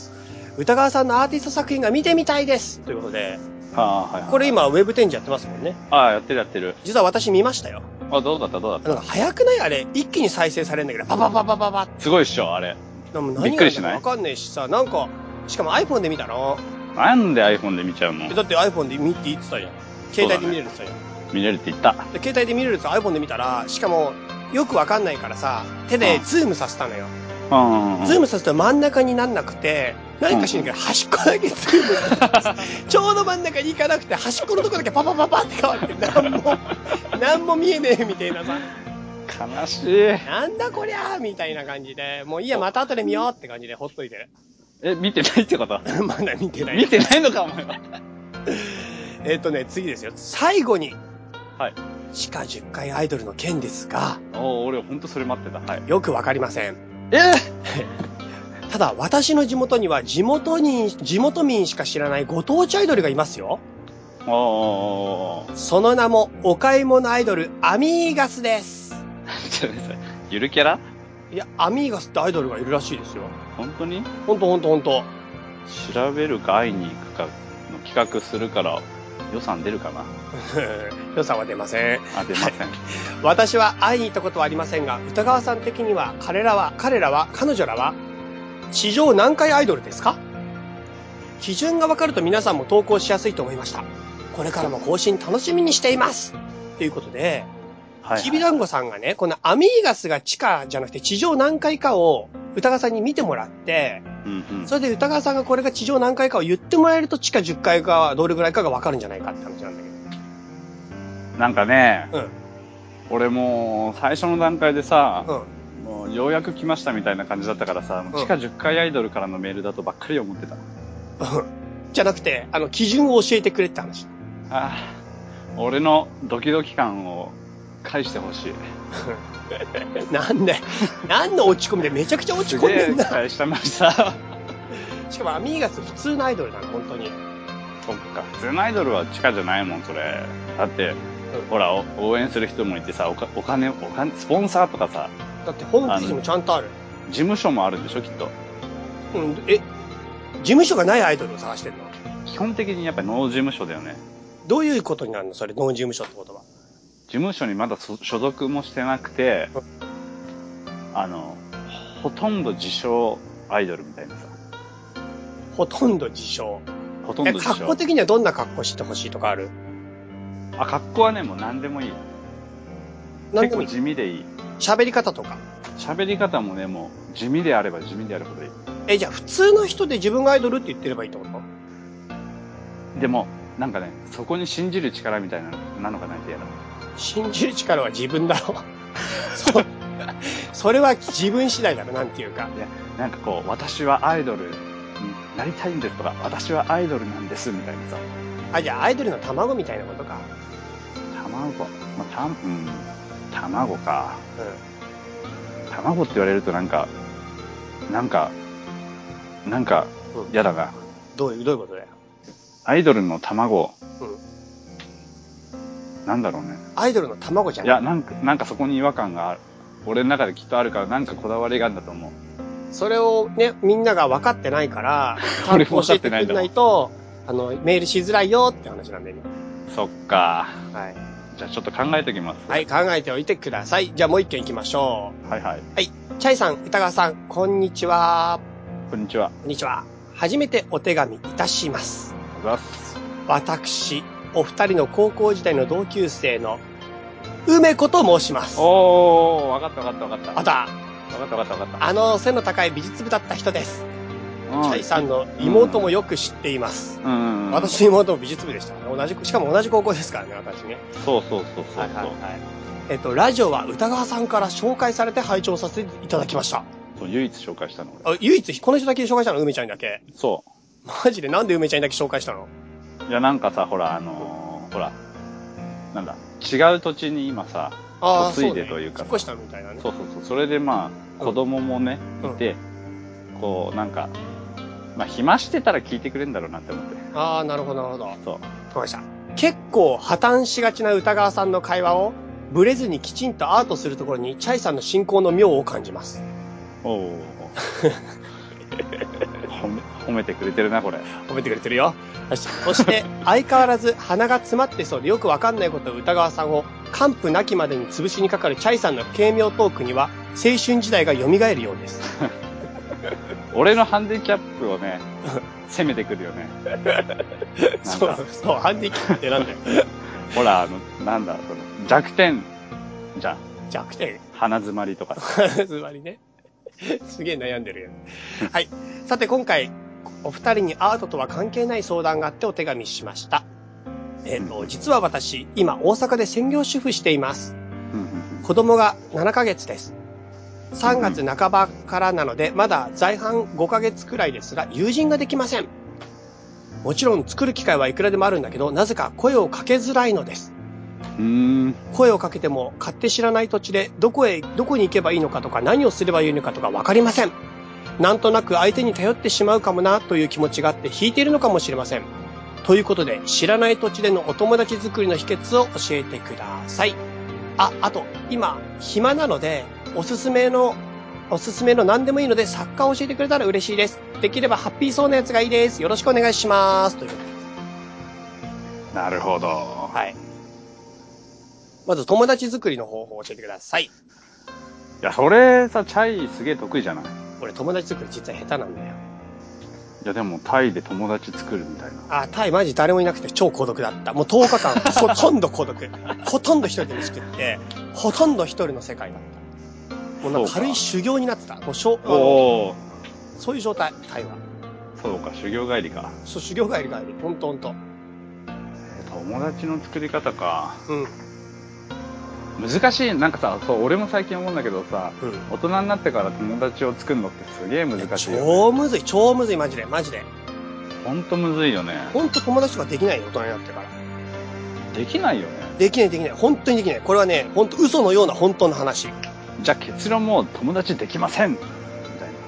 A: 歌川さんのアーティスト作品が見てみたいです。ということで、
B: あーはいはい。
A: これ。今ウェブ展示やってますもんね。
B: ああ、やってるやってる。
A: 実は私見ましたよ。
B: あ、どうだったどうだっ
A: なんか早くないあれ、一気に再生されるんだけど、パパパパパパって。
B: たすごいっしょ、あれ。
A: でも
B: び
A: 何
B: っ
A: が
B: く
A: い
B: り
A: い
B: し
A: の
B: な
A: か
B: い
A: わかんねえしさ、なんか、しかも iPhone で見たの
B: なんで iPhone で見ちゃうの
A: えだって iPhone で見ていいって言ってたじゃん。携帯で見れるって言ってたじ
B: 見れるって言った。
A: ゃん。で携帯で見れるって iPhone で見たら、しかも、よくわかんないからさ、手でズームさせたのよ。
B: うんうんうん。
A: ズームさせたら真ん中になんなくて、何かしらんけど端っこだけズームされて ちょうど真ん中に行かなくて、端っこのとこだけパパパパって変わって、なんも、なんも見えねえみたいなさ。
B: 悲しい。
A: なんだこりゃーみたいな感じで、もういいや、また後で見ようって感じでほっといてる。
B: え、見てないってこと
A: まだ見てない
B: 見。てないのか、お前は。
A: えっとね、次ですよ。最後に、
B: はい。
A: 地下10階アイドルの件ですが、
B: お俺、ほんとそれ待ってた。はい。
A: よくわかりません。
B: え
A: ただ、私の地元には地元に、地元民しか知らないご当地アイドルがいますよ。
B: ーおー。
A: その名も、お買い物アイドル、アミーガスです。
B: ちょっと待ってゆるキャラ
A: いや、アミーガスってアイドルがいるらしいですよ。
B: 本当に
A: ほんとほんとほんと。
B: 調べるか会いに行くかの企画するから予算出るかな
A: 予算は出ません。
B: あ、出ません。
A: 私は会いに行ったことはありませんが、歌川さん的には、彼らは、彼らは、彼女らは、地上何回アイドルですか基準がわかると皆さんも投稿しやすいと思いました。これからも更新楽しみにしていますということで、
B: は
A: きびだんごさんがね、このアミーガスが地下じゃなくて地上何回かを歌川さんに見てもらって、
B: うんうん。
A: それで歌川さんがこれが地上何回かを言ってもらえると地下10回かどれぐらいかがわかるんじゃないかって話なんだけ
B: なんかね、
A: ど。
B: 俺もう最初の段階でさ、
A: うん。うん。
B: もうようやく来ましたみたいな感じだったからさ、
A: ん
B: 地下10回アイドルからのメールだとばっかり思ってた。
A: じゃなくて、あの、基準を教えてくれって話。
B: ああ、俺のドキドキ感を返してほしい。
A: なん で、何の落ち込みでめちゃくちゃ落ち込んでん
B: すげえ
A: な。
B: 返してました。そっ
A: しかもアミーガス普通のアイドルなの、本当に。
B: か、普通のアイドルは地下じゃないもん、それ。だって、ほら、お応援する人もいてさ、おかお金、お金、スポンサーとかさ、
A: だってホームページもちゃんとある。
B: 事務所もあるんでしょ、きっと。
A: うん、え、事務所がないアイドルを探してるの
B: 基本的にやっぱり農事務所だよね。
A: どういうことになるのそれ、ノン事務所ってことは。
B: 事務所にまだそ所属もしてなくて
A: うん、
B: あの、ほとんど自称アイドルみたいなさ。
A: ほとんど自称。
B: ほとん
A: え、
B: ど自
A: 格好
B: 称。
A: 的にはどんな格好してほしいとかある
B: あ、格好はね、もう何でもいい。
A: なんで
B: 結構
A: もいい
B: 地味でいい。
A: 喋り方とか。
B: 喋り方もね、もう地味であれば地味であるほどいい。
A: え、じゃあ普通の人で自分がアイドルって言ってればいいってこと
B: でも、なんかね、そこに信じる力みたいなのなのがないと嫌だ。
A: 信じる力は自分だ ろ。そ、それは自分次第だろ、なんていうか。
B: なんかこう、私はアイドルになりたいんですとか、私はアイドルなんですみたいなさ。
A: あ、じゃあアイドルの卵みたいなことか。
B: 卵。まあ、たん、うん。卵か。
A: うん。
B: 卵って言われるとなんか、なんか、なんか
A: うん、
B: 嫌だな。
A: どういう、どういうことだよ。
B: アイドルの卵、
A: うん。
B: なんだろうね。
A: アイドルの卵じゃ
B: い
A: ない。
B: や、なんか、なんかそこに違和感がある。俺の中できっとあるから、なんかこだわりがあるんだと思う。
A: それをね、みんなが分かってないから、
B: 俺 も分かってないん
A: 教えてくん
B: だも
A: なんいと、あの、メールしづらいよって話なんで、今。
B: そっか。
A: はい。
B: じゃあちょっと考えておきます。
A: はい、。考えておいてください。じゃあもう一件行きましょ
B: はいはい。
A: う。チャイさん、歌川さん、こんにちは。
B: こんにちは。
A: こんにちは。初めてお手紙いたします。
B: おはようございます。
A: 私、お二人の高校時代の同級生の、梅子と申します。
B: おー、わかったわかったわかった。
A: あた、
B: わかったわかったわかっ
A: あの背の高い美術部だった人です。
B: た。
A: チャイさんの妹もよく知っています。
B: うん。うんうん。
A: 私の妹も美術部でしたからね。同じ、しかも同じ高校ですからね、私ね。
B: そうそうそうそうそう。
A: えっと、ラジオは歌川さんから紹介されて拝聴させていただきました。
B: そう、唯一紹介したの俺。
A: あ唯一、この人だけ紹介したの梅ちゃんだけ。
B: そ
A: マジでなんで梅ちゃんだけ紹介したの
B: う。いや、なんかさ、ほら、あのー、ほら、なんだ、違う土地に今さ、
A: あー
B: 嫁いでというか
A: そね引っ越したみたいなね。
B: そうそうそう、それでまあ、子供もね、
A: うん
B: いて、こう、なんか、まあ、暇してたら聞いてくれんだろうなって思って。
A: ああ、なるほど、なるほど。わか
B: そう。
A: りました。結構破綻しがちな歌川さんの会話を、ブレずにきちんとアートするところに、チャイさんの信仰の妙を感じます。
B: おお。褒め、褒めてくれてるな、これ。
A: 褒めてくれてるよ。よしそして、相変わらず鼻が詰まってそうでよくわかんないことを歌川さんを、完膚なきまでに潰しにかかるチャイさんの軽妙トークには、青春時代が蘇るようです。
B: 俺のハンディキャップをね、攻めてくるよね。なん
A: そ
B: か
A: う、そう、ハンディキャップってなんだよ。
B: ほら、あの、なんだ、その、弱点じゃん。
A: 弱点。
B: 鼻詰まりとかさ。
A: つまりね。すげえ悩んでるよ。はい。さて今回、お二人にアートとは関係ない相談があってお手紙しました。えっ、と、実は私、今大阪で専業主婦しています。
B: うんうんうん
A: 子供が7ヶ月です。3月半ばからなので、まだ在阪5ヶ月くらいですが、友人ができません。もちろん作る機会はいくらでもあるんだけど、なぜか声をかけづらいのです。
B: うーん。
A: 声をかけても勝手知らない土地でどこへどこに行けばいいのかとか何をすればいいのかとか分かりませんなんとなく相手に頼ってしまうかもなという気持ちがあって引いているのかもしれませんということで知らない土地でのお友達作りの秘訣を教えてくださいああと今暇なのでおすすめのおすすめの何でもいいので作家を教えてくれたら嬉しいですできればハッピーそうなやつがいいですよろしくお願いしますという
B: なるほど。
A: はいまず友達作りの方法を教えてください
B: いや、それさ、チャイすげえ得意じゃないい
A: 俺友達作り実は下手なんだよ
B: や、でもタイで友達作るみたいな。
A: あタイマジ誰もいなくて超孤独だったもう10日間 ほとんど孤独ほとんど一人で飯食ってほとんど一人の世界だったもうなんか軽い修行になってたもうしょあ
B: おお。
A: のそういう状態タイは
B: そうか、修行帰りか。
A: そう修行帰り帰りほんとほんと
B: 友達の作り方か。
A: うんうん
B: 難しい。なんかさ、そう、俺も最近思うんだけどさ、大人になってから友達を作るのってすげえ難しいよ、ね。
A: 超むずい超むずいマジでマジで
B: ほんとむずいよね。
A: ほんと友達とかできないよ大人になってから
B: できないよね。
A: できないできない本当にできないこれはね本当嘘のような本当の話
B: じゃあ結論もう友達できませんみたい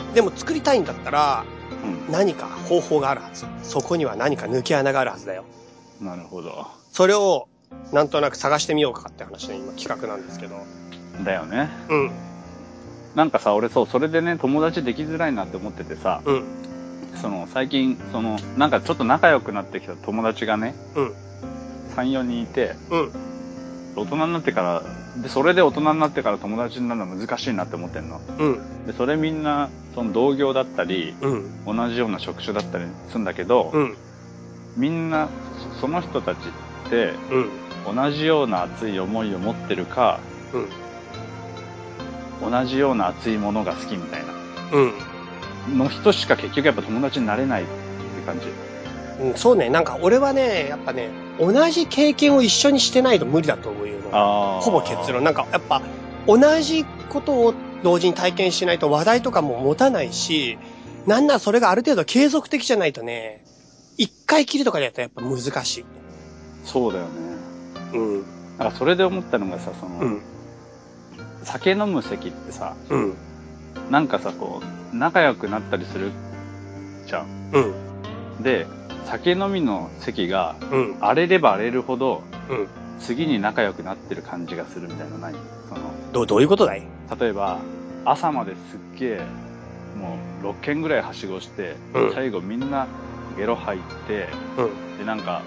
B: な。
A: でも作りたいんだったら
B: うん。
A: 何か方法があるはずそこには何か抜け穴があるはずだよ
B: なるほど。
A: それを、なんとなく探してみようかって話ね、今企画なんですけど。
B: だよね。
A: うん、
B: なんかさ、俺そう、それでね、友達できづらいなって思っててさ、
A: うん、
B: その、最近、その、なんかちょっと仲良くなってきた友達がね、
A: うん、
B: 3、4人いて、
A: うん。
B: 大人になってから、で、それで大人になってから友達になるの難しいなって思ってんの。
A: うん、
B: で、それみんな、その同業だったり、
A: うん、
B: 同じような職種だったりするんだけど、
A: うん、
B: みんな、そその人たちって、
A: うん、
B: 同じような熱い思いを持ってるか、
A: うん、
B: 同じような熱いものが好きみたいな、
A: うん。
B: の人しか結局やっぱ友達になれないって感じ。
A: うん、そうね、なんか俺はね、やっぱね、同じ経験を一緒にしてないと無理だと思うよ。
B: あー
A: ほぼ結論。なんかやっぱ、同じことを同時に体験しないと話題とかも持たないし、なんならそれがある程度継続的じゃないとね、一回きりとかでやったらやっぱ難しい。
B: そうだよね。
A: うん、
B: なんかそれで思ったのがさ、その、
A: うん、
B: 酒飲む席ってさ、
A: うん、
B: なんかさ、こう、仲良くなったりするじゃん。
A: うん、
B: で、酒飲みの席が
A: うん、
B: 荒れれば荒れるほど、
A: うん。
B: 次に仲良くなってる感じがするみたいなのないその、
A: どう、どういうことだい
B: 例えば、朝まですっげえ、もう6軒ぐらいはしごして、
A: うん
B: 最後みんなゲロ入って、
A: うん。
B: で、なんか、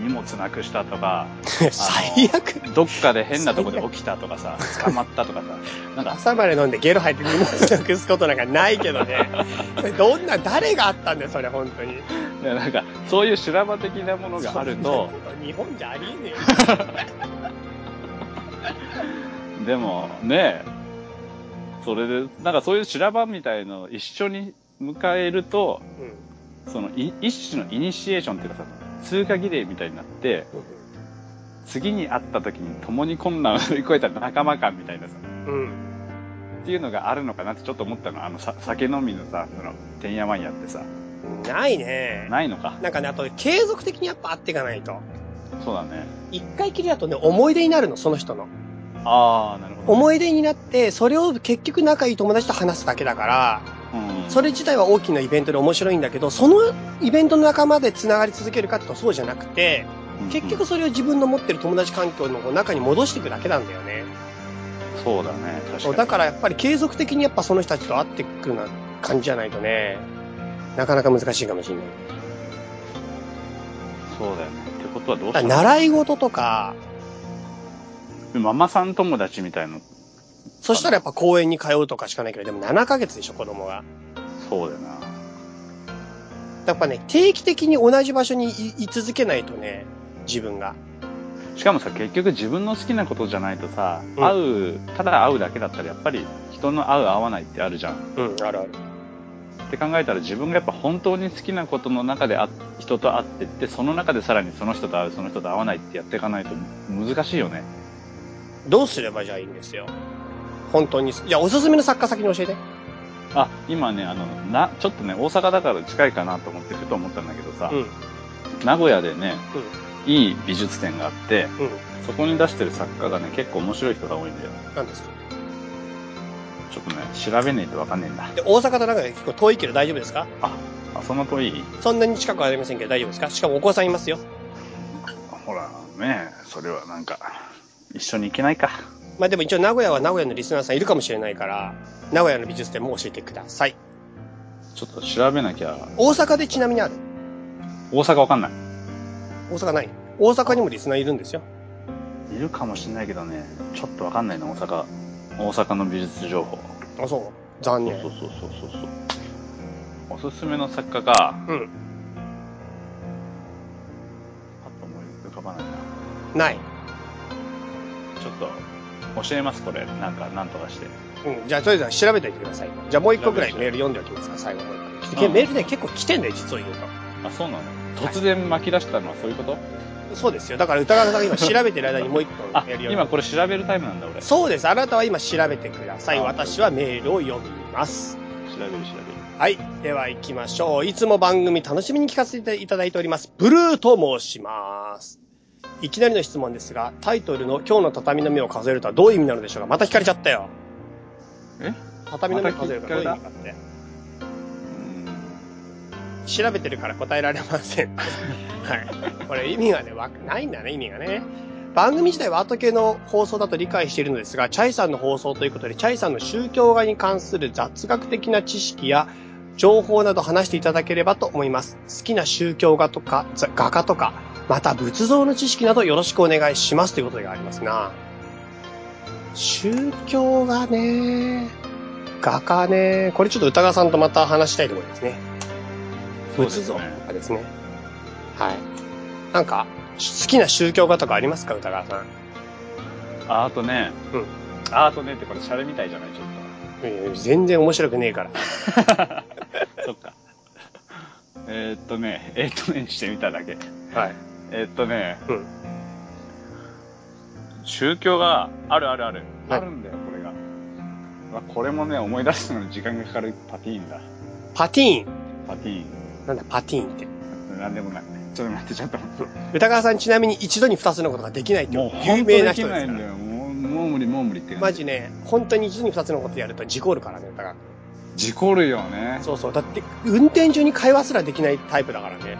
B: 荷物なくしたとか、
A: 最悪。
B: どっかで変なとこで起きたとかさ、 捕まったとかさ、なんか、
A: 朝まで飲んでゲロ入って荷物なくすことなんかないけど ね。それどんな、誰があったんだよ、それ、本当に。
B: いやなんか、そういう修羅場的なものがあると
A: そ、んなこと日本じゃありえねえよ。
B: でもね、それで、なんかそういう修羅場みたいのを一緒に迎えると、そのい一種のイニシエーションっていうかさ、通過儀礼みたいになって、次に会った時に共に困難を乗り越えた仲間感みたいなさ、
A: うん。うん。
B: っていうのがあるのかなってちょっと思ったの。あのさ、酒飲みのさ、その、てんやわんやってさ、
A: ないね。
B: ないのか。
A: なんかね、あと、継続的にやっぱ会っていかないと。
B: そうだね。
A: 一回きりだとね、思い出になるの、その人の。
B: あー、なるほど、
A: 思い出になって、それを結局仲いい友達と話すだけだから、
B: うん
A: それ自体は大きなイベントで面白いんだけど、そのイベントの仲間で繋がり続けるかっていうとそうじゃなくて、結
B: うんう
A: 局
B: ん
A: それを自分の持ってる友達環境の中に戻していくだけなんだよね。
B: そうだね。確か
A: そう
B: に。
A: だからやっぱり継続的にやっぱその人たちと会っていくような感じじゃないとね、なかなか難しいかもしれない。
B: そうだよね。ってことはどう
A: だ
B: し
A: か
B: た
A: ら
B: の
A: 習い事とか、
B: ママさん友達みたいの、
A: そしたらやっぱ公園に通うとかしかないけど、でも7ヶ月でしょ、子供が。
B: そうだよな。
A: やっぱね、定期的に同じ場所にいい続けないとね、自分が。
B: しかもさ、結局自分の好きなことじゃないとさ、
A: うん
B: 会う、ただ会うだけだったらやっぱり人の会う会わないってあるじゃん。っ
A: うん、あるある。
B: て考えたら自分がやっぱ本当に好きなことの中であ人と会ってって、その中でさらにその人と会う、その人と会わないってやっていかないと難しいよね。
A: どうすればじゃあいいんですよ。本当に。いや、おすすめの作家先に教えて。
B: あ、今ね、あの、な、ちょっとね、大阪だから近いかなと思って、ふと思ったんだけどさ、
A: うん。うん。
B: 名古屋でね、いい美術展があって、そこに出してる作家がね、結構面白い人が多いんだよ。
A: うん。なんですか
B: ちょっとね、調べねえとわかんねえんだ。
A: で、大阪となんか結構遠いけど大丈夫ですか
B: あ、あ、その遠い
A: そんなに近くはありませんけど大丈夫ですかしかもお子さんいますよ。
B: ほら、ねえ、それはなんか、一緒に行けないか。
A: まあでも一応名古屋は名古屋のリスナーさんいるかもしれないから、名古屋の美術展も教えてください。
B: ちょっと調べなきゃ、
A: 大阪でちなみにある
B: 大阪わかんない。
A: 大阪ない大阪にもリスナーいるんですよ。
B: いるかもしんないけどね、ちょっとわかんないな、大阪。大阪の美術情報。
A: あ、そう。残
B: そう
A: 念。
B: そうそうそうそうそう。おすすめの作家か。
A: うん。
B: パッと思い浮かばないな。
A: ない。
B: ちょっと、教えます、これ。なんか、なんとかして。
A: うん。じゃあとりあえず調べておいてください。じゃあもう一個ぐらいメール読んでおきますか、最後の方に。
B: うん
A: メールね、結構来てんだよ、実を言うと。
B: あ、そうなの突然巻き出したのはそういうこと、
A: そうですよ。だから歌川さんが今調べてる間にもう一個メール
B: あ
A: 読ん、で。
B: 今これ調べるタイムなんだ、俺。調
A: そうです。あなたは今調べてください。
B: あ
A: 私はメールを読みます。
B: べる、調べる。
A: はい。では行きましょう。いつも番組楽しみに聞かせていただいております。ブルーと申します。いきなりの質問ですが、タイトルの今日の畳の目を数えるとはどういう意味なのでしょうかまた聞かれちゃったよ。
B: え
A: 畳の目を数えるとはどういう意味かって。
B: うー
A: 調べてるから答えられません。 はい。これ意味がね、わないんだね、意味がね。番組自体は後系の放送だと理解しているのですが、チャイさんの放送ということで、チャイさんの宗教画に関する雑学的な知識や情報など話していただければと思います。好きな宗教画とか、ざ画家とか、また仏像の知識などよろしくお願いしますということがありますな。宗教画ね、画家ね、これちょっと歌川さんとまた話したいと思いますね。
B: ん
A: 仏像
B: そ
A: と
B: うですね
A: かですね。はい。なんか、好きな宗教画とかありますか歌川さん。
B: ああとね。
A: うん
B: あーとねってこれシャレみたいじゃないちょっ
A: いやいや全然面白くねえから。
B: と。 そっか。えー、っとね、えー、っとねにしてみただけ。
A: はい。
B: えー、っとね、
A: うん。
B: 宗教があるあるある。
A: はい
B: あるんだよ、これが。まあ、これもね、思い出すのに時間がかかるパティーンだ。
A: パティーン。
B: パティー
A: なんだ、パティーンって。
B: ン。なんでもない。ちょっと待って、ちょっと待って。
A: 歌川さんちなみに一度に二つのことができないってい
B: もう
A: う
B: 本
A: 有
B: 当で
A: 名な
B: き
A: 人で
B: な
A: す
B: い
A: か
B: んだ
A: ら。
B: よ。もう、もう無理、もう無理って感じ。
A: マジね、本当に一度に二つのことやると事故るからね、歌川。
B: 事故るよね。
A: そうそう。だって、運転中に会話すらできないタイプだ からね。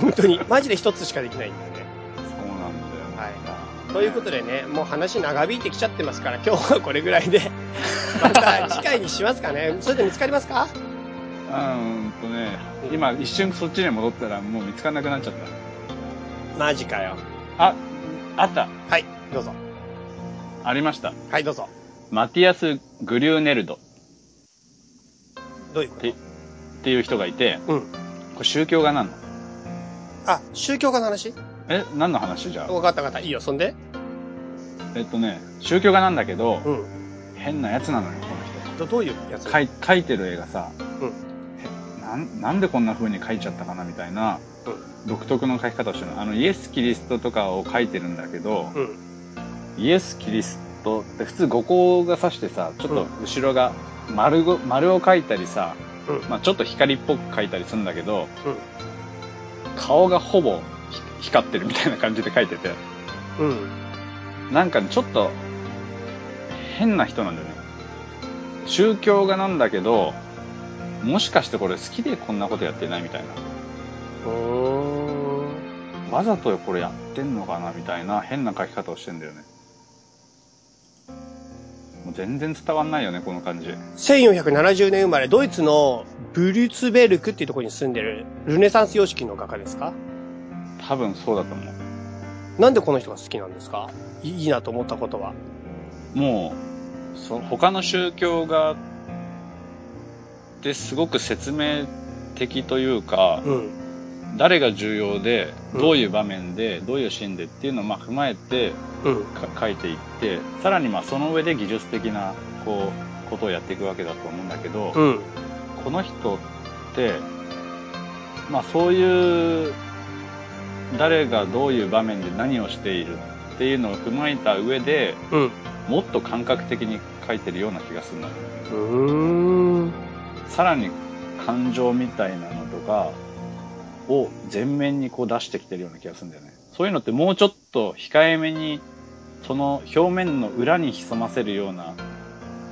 A: 本当に。マジで一つしかできないんだよね。
B: そうなんだよ。
A: はい
B: あー
A: ということでね、もう話長引いてきちゃってますから、今日はこれぐらい で、また次回にしますかね。それで見つかりますか
B: あーうーんとね、今一瞬そっちに戻ったらもう見つからなくなっちゃっ
A: マジかよ。
B: た。あ、あった。
A: はい、どうぞ。
B: ありました。
A: はい、どうぞ。
B: マティアス・グリューネルドっ
A: どういうこ
B: てっていう人がいて、
A: とうん。
B: これ宗教画なの
A: あ、宗教家の話
B: え、何の話じゃあ
A: 分かった分かった。いいよ、そんで。
B: えっとね、宗教画なんだけど、
A: うん。
B: 変なやつなのよ、この人。
A: どどういうやつ
B: かい描いてる絵がさ、
A: うん
B: えなんなんでこんな風に描いちゃったかなみたいな
A: う
B: 独特の描き方をしてるの。あのイエス・キリストとかを描いてるんだけど、
A: ん。うん。
B: イエス・キリストって普通五光が指してさ、ちょっと後ろが丸ご丸を描いたりさ、
A: うん。
B: まあ、ちょっと光っぽく描いたりするんだけど、
A: うん
B: 顔がほぼひ光ってるみたいな感じで描いてて、
A: うん。
B: なんかね、ちょっと変な人なんだよね。宗教画なんだけど、もしかしてこれ好きでこんなことやってないみたい
A: う
B: な。
A: ん。
B: わざとこれやってんのかなみたいな変な書き方をしてんだよね。もう全然伝わんないよね、この感じ。
A: 1470年生まれ、ドイツのブリュツベルクっていうところに住んでるルネサンス様式の画家ですか
B: 多分そうだと思う。
A: なんでこの人が好きなんですかいいいなと思ったことは。
B: もう、そ他の宗教が、ですごく説明的というか、
A: うん。
B: 誰が重要で、
A: うん
B: どういう場面で、どういうシーンでっていうのをまあ踏まえて
A: うん。
B: か書いていって、さらにまあその上で技術的な、こう、ことをやっていくわけだと思うんだけど、
A: うん。
B: この人って、まあそういう、誰がどういう場面で何をしているっていうのを踏まえた上で
A: うん。
B: もっと感覚的に書いてるような気がするのよ
A: うん。
B: さらに感情みたいなのとかを全面にこう出してきてるような気がするんだよねそういうのってもうちょっと控えめにその表面の裏に潜ませるような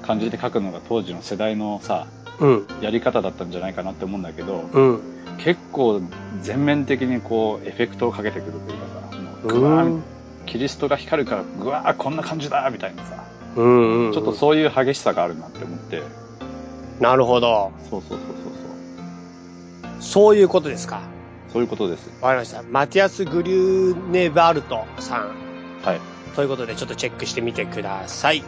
B: 感じで書くのが当時の世代のさ
A: うん。
B: やり方だったんじゃないかなって思うんだけど
A: うん。
B: 結構全面的にこうエフェクトをかけてくるというかさもうグワ
A: う
B: ー
A: ん
B: ン。キリストが光るからグワーこんな感じだみたいなさ
A: うんうん。
B: ちょっとそういう激しさがあるなって思って
A: なるほど。
B: そうそうそうそうそう
A: そういうことですか。
B: そういうことです
A: わかりました。マティアス・グリューネバルトさん。
B: はい
A: ということで、ちょっとチェックしてみてください。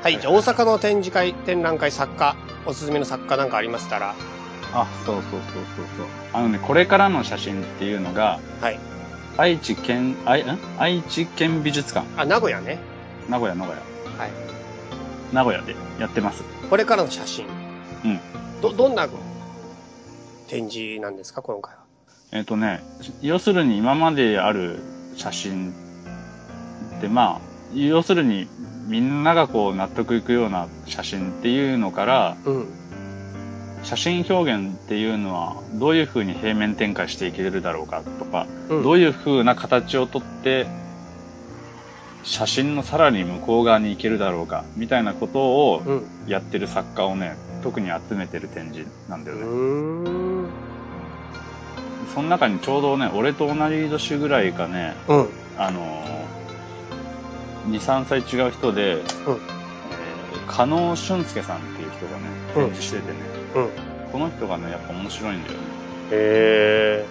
A: はい。じゃあ、大阪の展示会、展覧会作家、おすすめの作家なんかありましたら、
B: あそうそうそうそうそうあのねこれからの写真っていうのが
A: はい。
B: 愛知県愛ん愛知県美術館
A: あ、名古屋ね。
B: 名古屋名古屋
A: はい。
B: 名古屋でやってます
A: これからの写真。
B: うん
A: ど、どんな展示なんですか、今回は。
B: えっ、とね要するに今まである写真ってまあ要するにみんながこう納得いくような写真っていうのから
A: うん。
B: 写真表現っていうのはどういうふうに平面展開していけるだろうかとか、
A: うん
B: どういうふうな形をとって写真のさらに向こう側に行けるだろうかみたいなことを
A: うん。
B: やってる作家をね特に集めてる展示なんだよ
A: う
B: ね、
A: ーん。
B: その中にちょうどね俺と同じ年ぐらいかね
A: うん。
B: あの23歳違う人で、えー加納俊介さんっていう人がね展示しててね、
A: うん。
B: この人がねやっぱ面白いんだよね
A: へ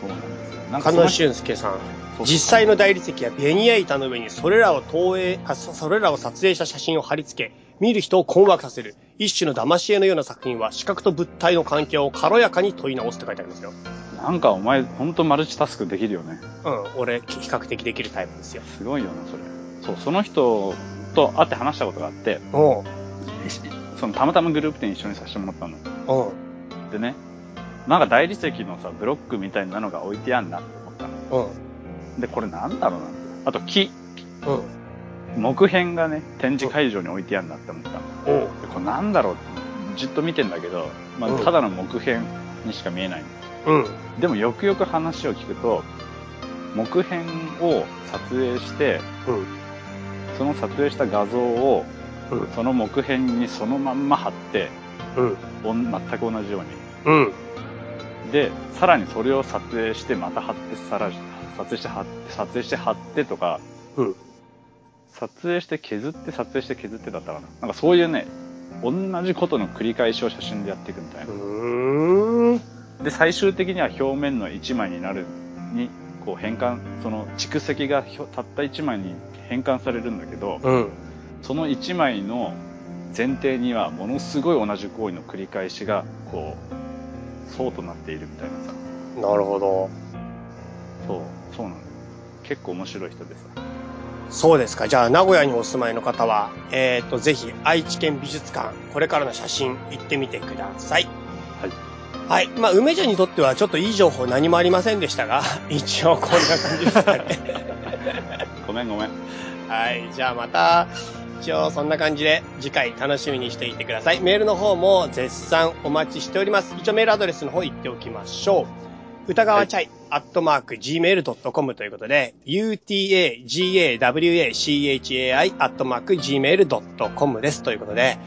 B: そうなんですよな
A: え。
B: んか
A: 加
B: その
A: 納
B: 人
A: 俊介さん。
B: そう
A: 実際の大理石やベニヤ板の上にそれらを投影、あ、そそれらを撮影した写真を貼り付け、見る人を困惑させる。一種の騙し絵のような作品は、視覚と物体の関係を軽やかに問い直すって書いてありますよ。
B: なんかお前ほんとマルチタスクできるよね
A: うん。俺、き比較的できるタイプですよ。
B: すごいよなそれそうその人と会って話したことがあって
A: おう
B: そのたまたまグループ展一緒にさせてもらったの
A: おう
B: でねなんか大理石のさブロックみたいなのが置いてあんなって思ったの
A: おう
B: でこれなんだろうなってあと木
A: うん。
B: 木片がね展示会場に置いてあんなって思った
A: お
B: の
A: う
B: でこれなんだろうってじっと見てんだけど、まあ
A: うん、
B: ただの木片にしか見えないの
A: うん。
B: でもよくよく話を聞くと木片を撮影して
A: うん。
B: その撮影した画像を
A: うん
B: その木片にそのまんま貼って
A: うん。
B: おん全く同じように
A: うん。
B: でさらにそれを撮影してまた貼ってさら撮影して貼って撮影して貼ってとか
A: うん。
B: 撮影して削って撮影して削ってだったかななんかそういうね同じことの繰り返しを写真でやっていくみたいうな
A: ーん。
B: で最終的には表面の一枚になるにこう変換その蓄積がひょたった一枚に変換されるんだけど、
A: うん。
B: その1枚の前提にはものすごい同じ行為の繰り返しがこう層となっているみたいなさ
A: なるほど。
B: そうそうなのよ結構面白い人でさ
A: そうですか。じゃあ、名古屋にお住まいの方は、えっ、と、ぜひ、愛知県美術館、これからの写真、行ってみてください。
B: はい
A: はい。まあ、梅ちゃんにとっては、ちょっといい情報何もありませんでしたが、 一応こんな感じですかね。
B: ごめんごめん
A: はい。じゃあ、また、一応そんな感じで、次回楽しみにしていてください。メールの方も絶賛お待ちしております。一応メールアドレスの方言っておきましょう。歌川チャイ、アットマーク、gmail.com ということで、utagawachai、アットマーク、gmail.com です。ということで、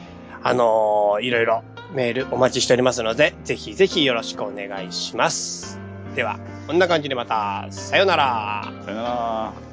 A: あのーいろいろメールお待ちしておりますので、ぜひぜひよろしくお願いします。では、こんな感じでまた、さようなら。
B: さよなら